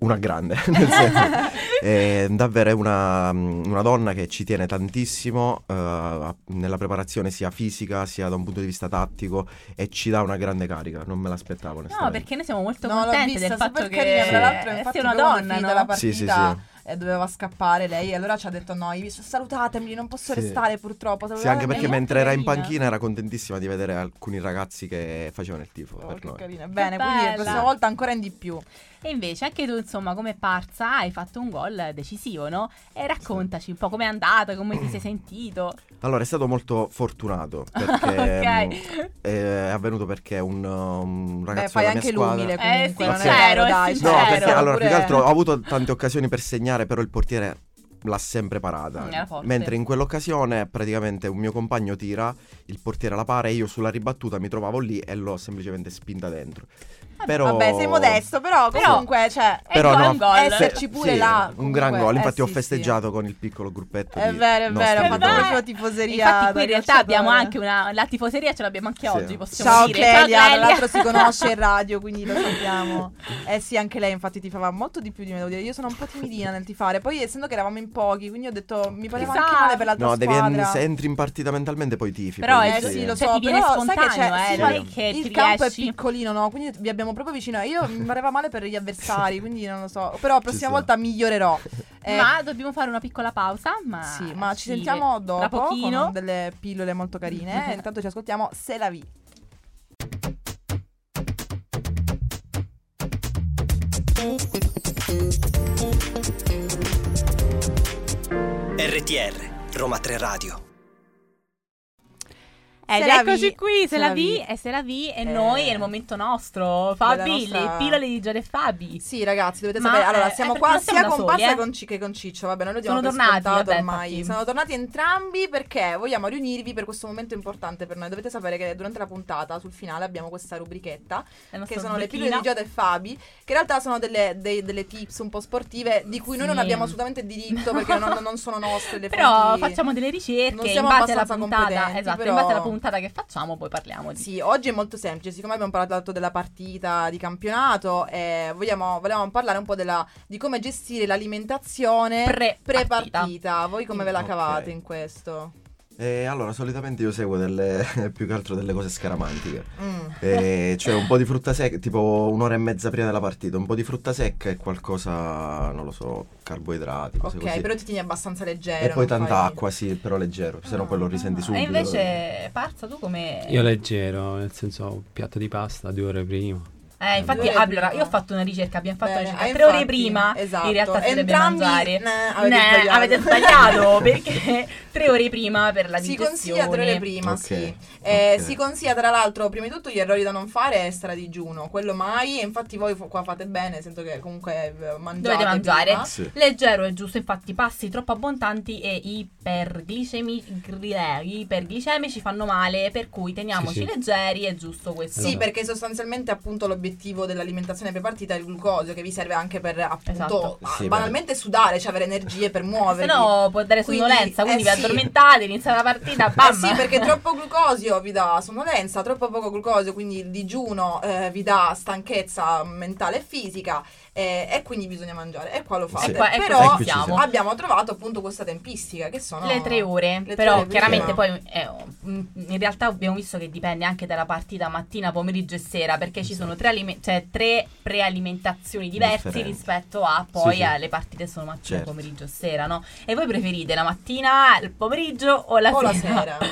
[SPEAKER 9] una grande, nel senso,
[SPEAKER 6] Eh,
[SPEAKER 9] è davvero è una, mm, una donna che ci tiene tantissimo eh, a- nella preparazione sia fisica sia da un punto di vista tattico e ci dà una grande carica, non me l'aspettavo
[SPEAKER 5] No,
[SPEAKER 9] onestamente.
[SPEAKER 5] perché noi siamo molto
[SPEAKER 6] No, l'ho
[SPEAKER 5] contenti
[SPEAKER 6] vista,
[SPEAKER 5] del fatto
[SPEAKER 6] super
[SPEAKER 5] che
[SPEAKER 6] carina, tra l'altro,
[SPEAKER 5] eh,
[SPEAKER 6] infatti,
[SPEAKER 5] sia una
[SPEAKER 6] proprio
[SPEAKER 5] donna,
[SPEAKER 6] finita
[SPEAKER 5] no?
[SPEAKER 6] la
[SPEAKER 9] Sì, sì,
[SPEAKER 6] partita e doveva scappare lei, e allora ci ha detto no, io salutatemi, non posso
[SPEAKER 9] Sì.
[SPEAKER 6] restare purtroppo.
[SPEAKER 9] Sì, anche
[SPEAKER 6] salutatemi."
[SPEAKER 9] perché
[SPEAKER 5] molto
[SPEAKER 9] mentre era in
[SPEAKER 5] carina.
[SPEAKER 9] panchina era contentissima di vedere alcuni ragazzi che facevano il tifo
[SPEAKER 6] Oh,
[SPEAKER 9] per
[SPEAKER 6] che
[SPEAKER 9] noi.
[SPEAKER 6] carina. Bene,
[SPEAKER 5] Che
[SPEAKER 6] quindi la
[SPEAKER 5] bella.
[SPEAKER 6] prossima volta ancora in di più.
[SPEAKER 5] E invece anche tu, insomma, come parza hai fatto un gol decisivo, no? E raccontaci un po' com'è andata, come ti sei sentito.
[SPEAKER 9] Allora, è stato molto fortunato perché mh,
[SPEAKER 5] ok.
[SPEAKER 9] è avvenuto perché un, um,
[SPEAKER 6] Beh,
[SPEAKER 9] ragazzo
[SPEAKER 6] fai
[SPEAKER 9] della mia
[SPEAKER 6] anche
[SPEAKER 9] squadra...
[SPEAKER 6] l'umile
[SPEAKER 5] Eh,
[SPEAKER 6] comunque, non è
[SPEAKER 5] sincero,
[SPEAKER 6] vero,
[SPEAKER 5] è
[SPEAKER 6] dai.
[SPEAKER 5] sincero.
[SPEAKER 9] No,
[SPEAKER 5] Vero.
[SPEAKER 9] perché allora più che
[SPEAKER 6] Oppure-
[SPEAKER 9] altro ho avuto tante occasioni per segnare, però il portiere l'ha sempre parata.
[SPEAKER 5] Mm, era forte.
[SPEAKER 9] Mentre in quell'occasione praticamente un mio compagno tira, il portiere la para e io sulla ribattuta mi trovavo lì e l'ho semplicemente spinta dentro. Però...
[SPEAKER 6] Vabbè, sei modesto, però
[SPEAKER 5] Però-
[SPEAKER 6] comunque, cioè,
[SPEAKER 5] Eh, Però
[SPEAKER 9] no,
[SPEAKER 5] è un gol.
[SPEAKER 6] esserci pure là,
[SPEAKER 9] Un
[SPEAKER 6] comunque,
[SPEAKER 9] gran gol,
[SPEAKER 6] eh,
[SPEAKER 9] infatti ho
[SPEAKER 6] sì,
[SPEAKER 9] festeggiato con il piccolo gruppetto
[SPEAKER 6] È
[SPEAKER 9] di
[SPEAKER 6] vero, è
[SPEAKER 9] nostri
[SPEAKER 6] vero, ha fatto
[SPEAKER 9] giocatori.
[SPEAKER 6] proprio tifoseria.
[SPEAKER 5] Infatti qui
[SPEAKER 6] da
[SPEAKER 5] in realtà abbiamo
[SPEAKER 6] calciatore.
[SPEAKER 5] anche una... La tifoseria ce l'abbiamo anche
[SPEAKER 9] Sì.
[SPEAKER 5] oggi, possiamo
[SPEAKER 6] Ciao
[SPEAKER 5] dire.
[SPEAKER 6] Clelia, tra
[SPEAKER 5] Clelia.
[SPEAKER 6] l'altro si conosce in radio, quindi lo sappiamo. Eh sì, anche lei infatti tifava molto di più di me, devo dire. Io sono un po' timidina nel tifare, poi essendo che eravamo in pochi, quindi ho detto mi pareva
[SPEAKER 5] Chissà.
[SPEAKER 6] anche male per l'altra
[SPEAKER 9] No, devi
[SPEAKER 6] squadra.
[SPEAKER 9] se entri in partita mentalmente poi tifi.
[SPEAKER 5] Però
[SPEAKER 9] poi
[SPEAKER 5] è,
[SPEAKER 6] eh,
[SPEAKER 9] dici-
[SPEAKER 6] sì, lo
[SPEAKER 5] cioè,
[SPEAKER 6] so,
[SPEAKER 5] ti viene
[SPEAKER 6] però sai che
[SPEAKER 5] spontaneo,
[SPEAKER 6] c'è-
[SPEAKER 5] eh,
[SPEAKER 9] sì.
[SPEAKER 5] poi che
[SPEAKER 6] il
[SPEAKER 5] ti
[SPEAKER 6] campo è
[SPEAKER 5] riesci.
[SPEAKER 6] piccolino, no? Quindi vi abbiamo proprio vicino. Io mi pareva male per gli avversari, quindi non lo so. Però la prossima
[SPEAKER 9] sta.
[SPEAKER 6] volta migliorerò. Eh,
[SPEAKER 5] Ma dobbiamo fare una piccola pausa, ma
[SPEAKER 6] sì, ma ci
[SPEAKER 5] sì,
[SPEAKER 6] sentiamo
[SPEAKER 5] tra
[SPEAKER 6] dopo
[SPEAKER 5] pochino.
[SPEAKER 6] con delle pillole molto carine. Intanto ci ascoltiamo Se la vi.
[SPEAKER 7] RTR Roma 3 Radio.
[SPEAKER 5] Eh, Ed
[SPEAKER 6] Se la
[SPEAKER 5] eccoci
[SPEAKER 6] vi-
[SPEAKER 5] qui, se, la, vi,
[SPEAKER 6] vi.
[SPEAKER 5] e se la vi, e
[SPEAKER 6] Eh.
[SPEAKER 5] noi è il momento nostro. Fabi,
[SPEAKER 6] Della nostra-
[SPEAKER 5] le pillole di Giada e Fabi.
[SPEAKER 6] Sì, ragazzi, dovete
[SPEAKER 5] Ma,
[SPEAKER 6] sapere.
[SPEAKER 5] eh,
[SPEAKER 6] Allora,
[SPEAKER 5] eh,
[SPEAKER 6] siamo
[SPEAKER 5] perché
[SPEAKER 6] qua
[SPEAKER 5] non siamo
[SPEAKER 6] sia
[SPEAKER 5] da
[SPEAKER 6] con
[SPEAKER 5] soli,
[SPEAKER 6] Pazza
[SPEAKER 5] eh.
[SPEAKER 6] con Ci- che con Ciccio. Vabbè, noi lo diamo
[SPEAKER 5] Sono
[SPEAKER 6] per
[SPEAKER 5] tornati,
[SPEAKER 6] scontato
[SPEAKER 5] vabbè,
[SPEAKER 6] ormai.
[SPEAKER 5] infatti.
[SPEAKER 6] Sono tornati entrambi perché vogliamo riunirvi per questo momento importante per noi. Dovete sapere che durante la puntata, sul finale, abbiamo questa rubrichetta
[SPEAKER 5] la nostra
[SPEAKER 6] che sono le
[SPEAKER 5] bottina.
[SPEAKER 6] pillole di Giada e Fabi, che in realtà sono delle, dei- delle tips un po' sportive di cui noi non
[SPEAKER 5] Sì.
[SPEAKER 6] abbiamo assolutamente diritto perché non, non sono nostre le
[SPEAKER 5] Però
[SPEAKER 6] fonti-
[SPEAKER 5] facciamo delle ricerche
[SPEAKER 6] non siamo
[SPEAKER 5] in base alla
[SPEAKER 6] abbastanza
[SPEAKER 5] puntata.
[SPEAKER 6] competenti,
[SPEAKER 5] Esatto,
[SPEAKER 6] però-
[SPEAKER 5] in base alla puntata che facciamo, poi parliamo di
[SPEAKER 6] Sì, oggi è molto semplice, siccome abbiamo parlato della partita di campionato, eh, vogliamo, volevamo parlare un po' della- di come gestire l'alimentazione
[SPEAKER 5] Pre-
[SPEAKER 6] pre-partita. Voi come ve la
[SPEAKER 9] Ok.
[SPEAKER 6] cavate in questo?
[SPEAKER 9] Eh, allora, solitamente io seguo delle, più che altro delle cose scaramantiche.
[SPEAKER 6] Mm.
[SPEAKER 9] Eh, cioè un po' di frutta secca, tipo un'ora e mezza prima della partita, un po' di frutta secca e qualcosa, non lo so, carboidrati, cose
[SPEAKER 6] Ok,
[SPEAKER 9] così.
[SPEAKER 6] però ti tieni abbastanza leggero.
[SPEAKER 9] e poi
[SPEAKER 6] non
[SPEAKER 9] tanta
[SPEAKER 6] fai-
[SPEAKER 9] acqua, sì, però leggero, se no poi lo risenti
[SPEAKER 5] Ah,
[SPEAKER 9] subito. eh.
[SPEAKER 5] E invece, Parza, tu come...
[SPEAKER 8] Io leggero, nel senso un piatto di pasta due ore prima.
[SPEAKER 5] Eh, infatti,
[SPEAKER 6] Due ore
[SPEAKER 5] allora,
[SPEAKER 6] prima.
[SPEAKER 5] io ho fatto una ricerca, abbiamo fatto
[SPEAKER 6] Bene,
[SPEAKER 5] una ricerca
[SPEAKER 6] eh,
[SPEAKER 5] tre ore
[SPEAKER 6] infatti,
[SPEAKER 5] prima,
[SPEAKER 6] esatto.
[SPEAKER 5] in realtà si dovrebbe
[SPEAKER 6] Entrambi,
[SPEAKER 5] mangiare.
[SPEAKER 6] nah, avete
[SPEAKER 5] Nah,
[SPEAKER 6] sbagliato.
[SPEAKER 5] avete sbagliato, perché tre ore prima per la
[SPEAKER 6] Si
[SPEAKER 5] digestione.
[SPEAKER 6] consiglia tre ore prima,
[SPEAKER 9] Ok,
[SPEAKER 6] sì. Eh,
[SPEAKER 9] ok.
[SPEAKER 6] Si consiglia tra l'altro, prima di tutto, gli errori da non fare è stradigiuno, quello mai. E infatti voi fu- qua fate bene, sento che comunque eh, mangiate.
[SPEAKER 5] Dovete mangiare.
[SPEAKER 6] prima.
[SPEAKER 9] Sì.
[SPEAKER 5] Leggero e giusto, infatti passi troppo abbondanti e iperglicemi- gri- eh, iperglicemici fanno male, per cui teniamoci
[SPEAKER 8] Sì, sì.
[SPEAKER 5] leggeri, è giusto questo.
[SPEAKER 6] Sì,
[SPEAKER 8] Esatto.
[SPEAKER 6] perché sostanzialmente appunto l'obiettivo dell'alimentazione prepartita è il glucosio che vi serve anche per appunto
[SPEAKER 5] Esatto.
[SPEAKER 6] ba-
[SPEAKER 9] Sì,
[SPEAKER 6] banalmente sudare, cioè avere energie per muovervi.
[SPEAKER 5] Se no può dare
[SPEAKER 6] Quindi,
[SPEAKER 5] sonnolenza, quindi, vi
[SPEAKER 6] eh sì.
[SPEAKER 5] addormentate, inizia la partita, bam!
[SPEAKER 6] Eh sì, perché troppo glucosio vi dà sonnolenza, troppo poco glucosio, quindi il digiuno eh, vi dà stanchezza mentale e fisica eh, e quindi bisogna mangiare. E qua lo fate.
[SPEAKER 9] E qua-
[SPEAKER 5] ecco,
[SPEAKER 6] Però
[SPEAKER 9] ci siamo.
[SPEAKER 6] abbiamo trovato appunto questa tempistica che sono
[SPEAKER 5] Le tre ore,
[SPEAKER 6] Ah, le
[SPEAKER 5] però
[SPEAKER 6] tre ore
[SPEAKER 5] chiaramente
[SPEAKER 6] prima.
[SPEAKER 5] poi eh, mh, in realtà abbiamo visto che dipende anche dalla partita mattina, pomeriggio e sera, perché ci sono tre, alime- cioè, tre prealimentazioni diverse
[SPEAKER 9] Differenti.
[SPEAKER 5] rispetto a poi
[SPEAKER 8] Sì, sì.
[SPEAKER 5] alle partite sono mattina,
[SPEAKER 9] Certo.
[SPEAKER 5] pomeriggio e sera, no? E voi preferite la mattina, il pomeriggio o la
[SPEAKER 6] o la
[SPEAKER 5] sera?
[SPEAKER 6] sera. eh,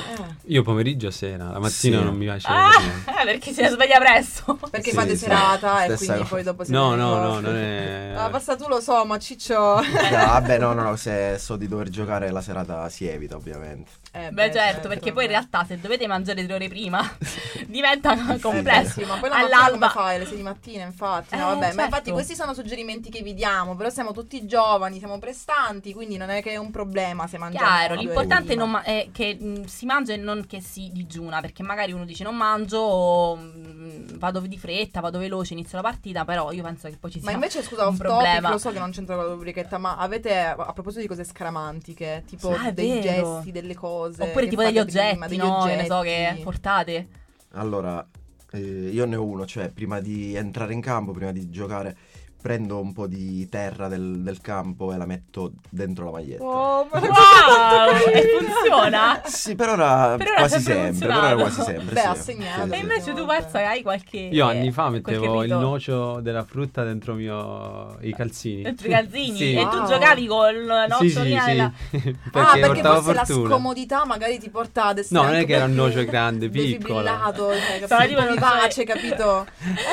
[SPEAKER 8] Io pomeriggio e sera, la mattina
[SPEAKER 9] Sì.
[SPEAKER 8] non mi piace. proprio.
[SPEAKER 5] Ah, perché se la sveglia presto.
[SPEAKER 6] Perché
[SPEAKER 9] Sì,
[SPEAKER 6] fate
[SPEAKER 9] sì.
[SPEAKER 6] serata e
[SPEAKER 9] Stessa
[SPEAKER 6] quindi
[SPEAKER 9] cosa.
[SPEAKER 6] poi dopo si
[SPEAKER 8] No,
[SPEAKER 6] vede
[SPEAKER 8] no,
[SPEAKER 6] cosa.
[SPEAKER 8] no, non è...
[SPEAKER 6] Ah, basta tu lo so, ma Ciccio.
[SPEAKER 9] No, vabbè, no, no, no, se so di dover giocare la serata si evita, ovviamente.
[SPEAKER 6] Eh,
[SPEAKER 5] Beh, certo, perché poi in
[SPEAKER 6] vabbè.
[SPEAKER 5] realtà se dovete mangiare tre ore prima diventa complesso.
[SPEAKER 6] Sì, ma poi la mattina come
[SPEAKER 5] Eh, All'alba
[SPEAKER 6] fai? Le sei di mattina, infatti.
[SPEAKER 5] Eh,
[SPEAKER 6] No, vabbè,
[SPEAKER 5] certo.
[SPEAKER 6] ma infatti questi sono suggerimenti che vi diamo, però siamo tutti giovani, siamo prestanti, quindi non è che è un problema se mangiamo.
[SPEAKER 5] Chiaro,
[SPEAKER 6] due
[SPEAKER 5] l'importante
[SPEAKER 6] ore prima.
[SPEAKER 5] non ma- è che mh, si mangia e non che si digiuna, perché magari uno dice non mangio, o, mh, vado di fretta, vado veloce, inizio la partita, però io penso che poi ci sia
[SPEAKER 6] Ma invece scusa,
[SPEAKER 5] un
[SPEAKER 6] off topic,
[SPEAKER 5] problema.
[SPEAKER 6] lo so che non c'entra con la rubrichetta, ma avete a proposito di cose scaramantiche, tipo
[SPEAKER 5] Ah, è
[SPEAKER 6] dei
[SPEAKER 5] vero.
[SPEAKER 6] gesti, delle cose,
[SPEAKER 5] Oppure
[SPEAKER 6] che
[SPEAKER 5] tipo degli
[SPEAKER 6] fate
[SPEAKER 5] oggetti,
[SPEAKER 6] prima, degli
[SPEAKER 5] no? Che
[SPEAKER 6] oggetti.
[SPEAKER 5] ne so che portate.
[SPEAKER 9] Allora, eh, io ne ho uno, cioè prima di entrare in campo, prima di giocare, prendo un po' di terra del, del campo e la metto dentro la maglietta.
[SPEAKER 6] Oh, ma
[SPEAKER 5] Wow! E funziona!
[SPEAKER 9] Sì, per ora
[SPEAKER 5] Per ora sempre
[SPEAKER 9] quasi sempre, per
[SPEAKER 5] funzionato.
[SPEAKER 9] ora quasi sempre.
[SPEAKER 6] Beh,
[SPEAKER 9] sì.
[SPEAKER 6] assegnato.
[SPEAKER 9] Sì,
[SPEAKER 5] E
[SPEAKER 9] sì.
[SPEAKER 5] invece tu
[SPEAKER 6] Vabbè.
[SPEAKER 5] pensa che hai qualche...
[SPEAKER 8] Io anni fa
[SPEAKER 5] eh, qualche
[SPEAKER 8] mettevo il
[SPEAKER 5] rito.
[SPEAKER 8] nocio della frutta dentro mio, i calzini.
[SPEAKER 5] Dentro i calzini
[SPEAKER 8] Sì.
[SPEAKER 5] e tu
[SPEAKER 6] Wow.
[SPEAKER 5] giocavi con la
[SPEAKER 8] Sì, sì,
[SPEAKER 5] nocciolina
[SPEAKER 8] sì.
[SPEAKER 5] della-
[SPEAKER 6] Ah,
[SPEAKER 8] perché
[SPEAKER 6] perché
[SPEAKER 8] portava
[SPEAKER 6] forse la
[SPEAKER 8] fortuna.
[SPEAKER 6] scomodità magari ti porta ad essere
[SPEAKER 8] No, non è
[SPEAKER 6] anche
[SPEAKER 8] che era un
[SPEAKER 6] perché
[SPEAKER 8] nocio grande, piccolo.
[SPEAKER 6] defibrillato, cioè,
[SPEAKER 5] Sarà
[SPEAKER 6] capito?
[SPEAKER 5] tipo, non
[SPEAKER 6] vivace,
[SPEAKER 5] sai-
[SPEAKER 6] capito?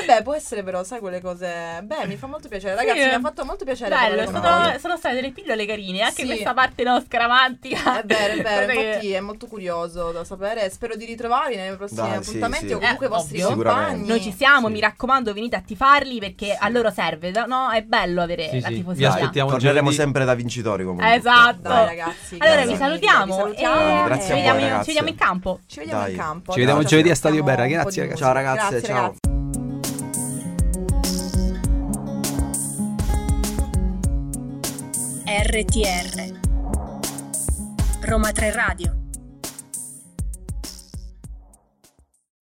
[SPEAKER 6] Vabbè, può essere però, sai quelle cose... Beh, mi fa molto piacere, ragazzi,
[SPEAKER 5] Sì,
[SPEAKER 6] mi
[SPEAKER 5] eh.
[SPEAKER 6] ha fatto molto piacere
[SPEAKER 5] Bello,
[SPEAKER 6] parlare con voi.
[SPEAKER 5] sono, sono state delle pillole carine, anche
[SPEAKER 6] Sì.
[SPEAKER 5] questa parte no scramantica.
[SPEAKER 6] È vero, è vero,
[SPEAKER 5] Guarda che-
[SPEAKER 6] infatti è molto curioso da sapere. Spero di ritrovarvi nei prossimi
[SPEAKER 9] Dai, sì,
[SPEAKER 6] appuntamenti
[SPEAKER 9] sì.
[SPEAKER 6] o comunque
[SPEAKER 5] Eh,
[SPEAKER 6] i vostri
[SPEAKER 5] ovvio.
[SPEAKER 6] compagni.
[SPEAKER 9] Sicuramente.
[SPEAKER 5] Noi ci siamo,
[SPEAKER 9] Sì.
[SPEAKER 5] mi raccomando, venite a tifarli perché a loro serve, no? no? È bello avere
[SPEAKER 8] Sì,
[SPEAKER 5] la
[SPEAKER 8] sì.
[SPEAKER 5] tifoseria.
[SPEAKER 8] Vi aspettiamo
[SPEAKER 9] Torneremo
[SPEAKER 8] giovedì.
[SPEAKER 9] sempre da vincitori comunque.
[SPEAKER 5] Esatto.
[SPEAKER 6] Dai, ragazzi.
[SPEAKER 5] Allora
[SPEAKER 9] Grazie
[SPEAKER 5] vi
[SPEAKER 9] mille,
[SPEAKER 5] salutiamo,
[SPEAKER 6] vi salutiamo.
[SPEAKER 5] e
[SPEAKER 9] Grazie a
[SPEAKER 5] ci,
[SPEAKER 9] voi,
[SPEAKER 5] vediamo in, ci
[SPEAKER 9] ragazzi.
[SPEAKER 5] vediamo in campo.
[SPEAKER 6] Ci vediamo
[SPEAKER 9] Dai.
[SPEAKER 6] in campo.
[SPEAKER 8] Ci vediamo
[SPEAKER 6] Allora,
[SPEAKER 8] giovedì a
[SPEAKER 6] ascoltiamo
[SPEAKER 8] Stadio Berra,
[SPEAKER 6] un po'
[SPEAKER 8] grazie,
[SPEAKER 6] di
[SPEAKER 8] ragazzi.
[SPEAKER 9] Ciao
[SPEAKER 6] musica.
[SPEAKER 9] ragazze,
[SPEAKER 6] Grazie,
[SPEAKER 9] ciao.
[SPEAKER 6] ragazzi.
[SPEAKER 1] RTR Roma 3 Radio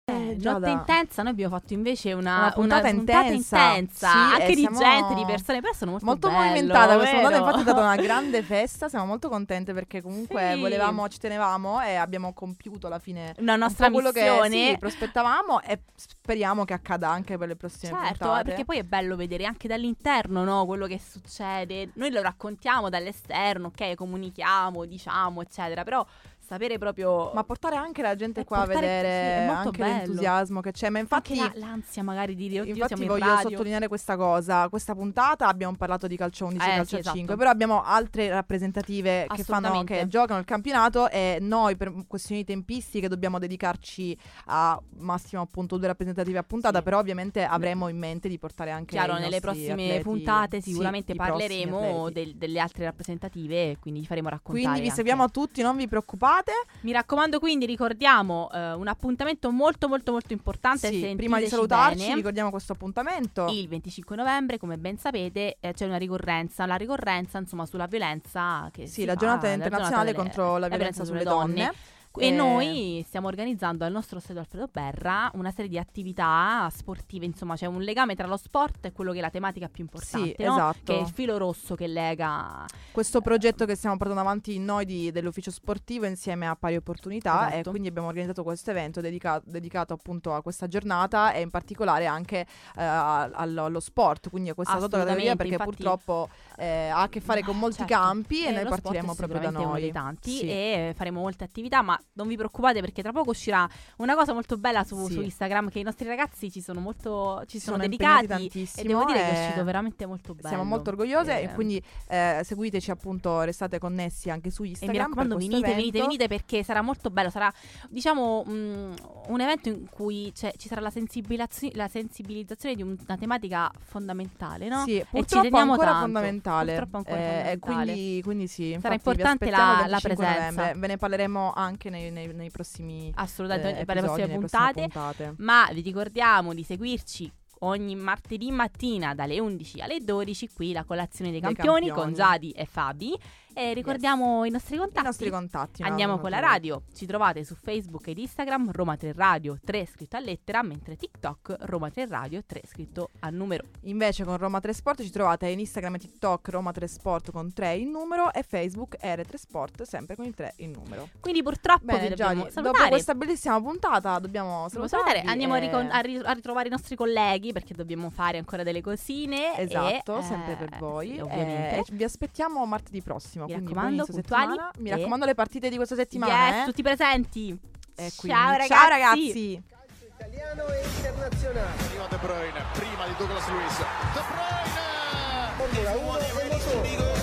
[SPEAKER 6] Eh, Giada.
[SPEAKER 5] Notte intensa, noi abbiamo fatto invece una,
[SPEAKER 6] Una puntata intensa.
[SPEAKER 5] intensa,
[SPEAKER 6] Sì,
[SPEAKER 5] anche
[SPEAKER 6] eh,
[SPEAKER 5] di
[SPEAKER 6] siamo-
[SPEAKER 5] gente, di persone, però sono molto
[SPEAKER 6] Molto
[SPEAKER 5] bello,
[SPEAKER 6] movimentata questa
[SPEAKER 5] vero?
[SPEAKER 6] puntata, infatti è stata una grande festa, siamo molto contente perché comunque
[SPEAKER 5] Sì.
[SPEAKER 6] volevamo, ci tenevamo e abbiamo compiuto alla fine
[SPEAKER 5] Una nostra
[SPEAKER 6] un po' quello che sì,
[SPEAKER 5] missione.
[SPEAKER 6] prospettavamo e speriamo che accada anche per le prossime
[SPEAKER 5] Certo,
[SPEAKER 6] puntate.
[SPEAKER 5] perché poi è bello vedere anche dall'interno no, quello che succede. Noi lo raccontiamo dall'esterno, ok, comunichiamo, diciamo, eccetera, però sapere proprio...
[SPEAKER 6] Ma portare anche la gente
[SPEAKER 5] E
[SPEAKER 6] qua a
[SPEAKER 5] portare- sì,
[SPEAKER 6] vedere
[SPEAKER 5] è molto
[SPEAKER 6] anche
[SPEAKER 5] bello.
[SPEAKER 6] l'entusiasmo che c'è. Ma
[SPEAKER 5] anche
[SPEAKER 6] infatti,
[SPEAKER 5] la- l'ansia magari di dire, oddio,
[SPEAKER 6] infatti
[SPEAKER 5] siamo in
[SPEAKER 6] voglio
[SPEAKER 5] radio.
[SPEAKER 6] sottolineare questa cosa. Questa puntata abbiamo parlato di calcio 11 e
[SPEAKER 5] Eh,
[SPEAKER 6] calcio
[SPEAKER 5] sì, esatto.
[SPEAKER 6] 5, però abbiamo altre rappresentative che, fanno,
[SPEAKER 5] Assolutamente.
[SPEAKER 6] che giocano il campionato e noi per questioni tempistiche dobbiamo dedicarci a massimo appunto due rappresentative a puntata,
[SPEAKER 5] Sì.
[SPEAKER 6] però ovviamente avremo in mente di portare anche...
[SPEAKER 5] Chiaro,
[SPEAKER 6] i
[SPEAKER 5] nelle
[SPEAKER 6] nostri
[SPEAKER 5] prossime
[SPEAKER 6] atleti-
[SPEAKER 5] puntate
[SPEAKER 6] sì,
[SPEAKER 5] sicuramente
[SPEAKER 6] i prossimi
[SPEAKER 5] parleremo
[SPEAKER 6] atleti.
[SPEAKER 5] del- delle altre rappresentative e quindi vi faremo raccontare.
[SPEAKER 6] Quindi vi
[SPEAKER 5] anche.
[SPEAKER 6] seguiamo tutti, non vi preoccupate.
[SPEAKER 5] Mi raccomando, quindi ricordiamo eh, un appuntamento molto, molto, molto importante.
[SPEAKER 6] Sì,
[SPEAKER 5] sentiteci
[SPEAKER 6] prima di salutarci
[SPEAKER 5] bene.
[SPEAKER 6] ricordiamo questo appuntamento.
[SPEAKER 5] Il 25 novembre, come ben sapete, eh, c'è una ricorrenza, la ricorrenza insomma sulla violenza che
[SPEAKER 6] Sì,
[SPEAKER 5] si
[SPEAKER 6] la
[SPEAKER 5] fa,
[SPEAKER 6] giornata
[SPEAKER 5] Ah, la
[SPEAKER 6] internazionale
[SPEAKER 5] delle-
[SPEAKER 6] contro la violenza, sulle donne.
[SPEAKER 5] E
[SPEAKER 6] Eh,
[SPEAKER 5] noi stiamo organizzando al nostro stadio Alfredo Berra una serie di attività sportive, insomma c'è un legame tra lo sport e quello che è la tematica più importante,
[SPEAKER 6] Sì,
[SPEAKER 5] no?
[SPEAKER 6] esatto.
[SPEAKER 5] che è il filo rosso che lega
[SPEAKER 6] Questo progetto che stiamo portando avanti noi di- dell'ufficio sportivo insieme a Pari Opportunità
[SPEAKER 5] Esatto.
[SPEAKER 6] e quindi abbiamo organizzato questo evento dedica- dedicato appunto a questa giornata e in particolare anche eh, a- allo, allo sport, quindi a questa sottocategoria
[SPEAKER 5] Assolutamente,
[SPEAKER 6] perché
[SPEAKER 5] infatti-
[SPEAKER 6] purtroppo eh, ha a che fare con
[SPEAKER 5] Eh,
[SPEAKER 6] molti
[SPEAKER 5] certo.
[SPEAKER 6] campi e
[SPEAKER 5] Eh,
[SPEAKER 6] noi
[SPEAKER 5] lo sport è
[SPEAKER 6] partiremo proprio da
[SPEAKER 5] sicuramente uno
[SPEAKER 6] noi.
[SPEAKER 5] dei tanti
[SPEAKER 6] Sì.
[SPEAKER 5] e faremo molte attività, ma non vi preoccupate perché tra poco uscirà una cosa molto bella su,
[SPEAKER 6] Sì.
[SPEAKER 5] su Instagram che i nostri ragazzi ci sono molto ci
[SPEAKER 6] Si
[SPEAKER 5] sono,
[SPEAKER 6] impegnati
[SPEAKER 5] dedicati e
[SPEAKER 6] tantissimo
[SPEAKER 5] devo dire che è
[SPEAKER 6] e
[SPEAKER 5] uscito veramente molto bello.
[SPEAKER 6] Siamo molto orgogliose
[SPEAKER 5] Eh,
[SPEAKER 6] e quindi eh, seguiteci appunto, restate connessi anche su
[SPEAKER 5] e
[SPEAKER 6] Instagram.
[SPEAKER 5] mi raccomando,
[SPEAKER 6] per questo
[SPEAKER 5] venite, venite,
[SPEAKER 6] evento.
[SPEAKER 5] venite perché sarà molto bello. Sarà, diciamo, mh, un evento in cui c'è- ci sarà la, sensibilazzi- la sensibilizzazione di un- una tematica fondamentale, no?
[SPEAKER 6] Sì,
[SPEAKER 5] ci
[SPEAKER 6] purtroppo
[SPEAKER 5] teniamo
[SPEAKER 6] ancora
[SPEAKER 5] tanto,
[SPEAKER 6] fondamentale.
[SPEAKER 5] purtroppo ancora
[SPEAKER 6] Eh,
[SPEAKER 5] fondamentale.
[SPEAKER 6] Quindi, quindi sì,
[SPEAKER 5] Sarà
[SPEAKER 6] infatti vi
[SPEAKER 5] importante la-
[SPEAKER 6] aspettiamo il
[SPEAKER 5] la
[SPEAKER 6] 25
[SPEAKER 5] presenza.
[SPEAKER 6] novembre. Ve ne parleremo anche nei, nei- nei prossimi
[SPEAKER 5] Assolutamente,
[SPEAKER 6] eh,
[SPEAKER 5] per le
[SPEAKER 6] episodi,
[SPEAKER 5] prossime
[SPEAKER 6] nelle
[SPEAKER 5] puntate.
[SPEAKER 6] puntate.
[SPEAKER 5] Ma vi ricordiamo di seguirci ogni martedì mattina dalle 11 alle 12 qui la colazione dei
[SPEAKER 6] Dei
[SPEAKER 5] campioni,
[SPEAKER 6] campioni.
[SPEAKER 5] con Giadi e Fabi e ricordiamo i nostri contatti.
[SPEAKER 6] I nostri contatti. no?
[SPEAKER 5] Andiamo
[SPEAKER 6] Non
[SPEAKER 5] con la
[SPEAKER 6] altro.
[SPEAKER 5] radio, ci trovate su Facebook ed Instagram Roma 3 Radio 3 scritto a lettera, mentre TikTok Roma 3 Radio 3 scritto a numero.
[SPEAKER 6] Invece con Roma 3 Sport ci trovate in Instagram e TikTok Roma 3 Sport con 3 in numero e Facebook R3 Sport sempre con il 3 in numero.
[SPEAKER 5] Quindi purtroppo vi
[SPEAKER 6] Bene, Gianni,
[SPEAKER 5] dobbiamo
[SPEAKER 6] dopo
[SPEAKER 5] salutare.
[SPEAKER 6] questa eh, bellissima puntata dobbiamo
[SPEAKER 5] Dobbiamo
[SPEAKER 6] salutare.
[SPEAKER 5] salutare. Andiamo a, ricon- a ri- a ritrovare i nostri colleghi perché dobbiamo fare ancora delle cosine.
[SPEAKER 6] Esatto,
[SPEAKER 5] e,
[SPEAKER 6] sempre per
[SPEAKER 5] eh,
[SPEAKER 6] voi.
[SPEAKER 5] sì,
[SPEAKER 6] Eh,
[SPEAKER 5] ovviamente.
[SPEAKER 6] e vi aspettiamo martedì prossimo.
[SPEAKER 5] Mi
[SPEAKER 6] quindi
[SPEAKER 5] raccomando,
[SPEAKER 6] buon inizio
[SPEAKER 5] puntuali
[SPEAKER 6] settimana. Mi
[SPEAKER 5] e-
[SPEAKER 6] raccomando le partite di questa settimana.
[SPEAKER 5] Yes,
[SPEAKER 6] eh.
[SPEAKER 5] tutti presenti.
[SPEAKER 6] E quindi,
[SPEAKER 5] ciao ragazzi.
[SPEAKER 6] Ciao ragazzi.
[SPEAKER 2] Calcio italiano e internazionale.
[SPEAKER 3] Prima De Bruyne, prima di Douglas Luiz. De Bruyne!
[SPEAKER 2] Formula 1 e motore.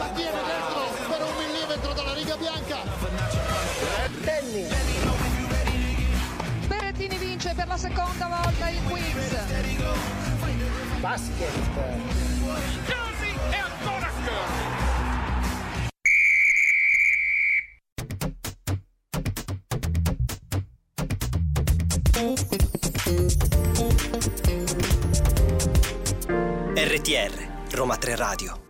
[SPEAKER 3] La tiene dentro per un millimetro dalla riga bianca.
[SPEAKER 2] Tennis.
[SPEAKER 4] Berrettini vince per la seconda volta il quiz.
[SPEAKER 2] Basket.
[SPEAKER 7] RTR Roma 3 Radio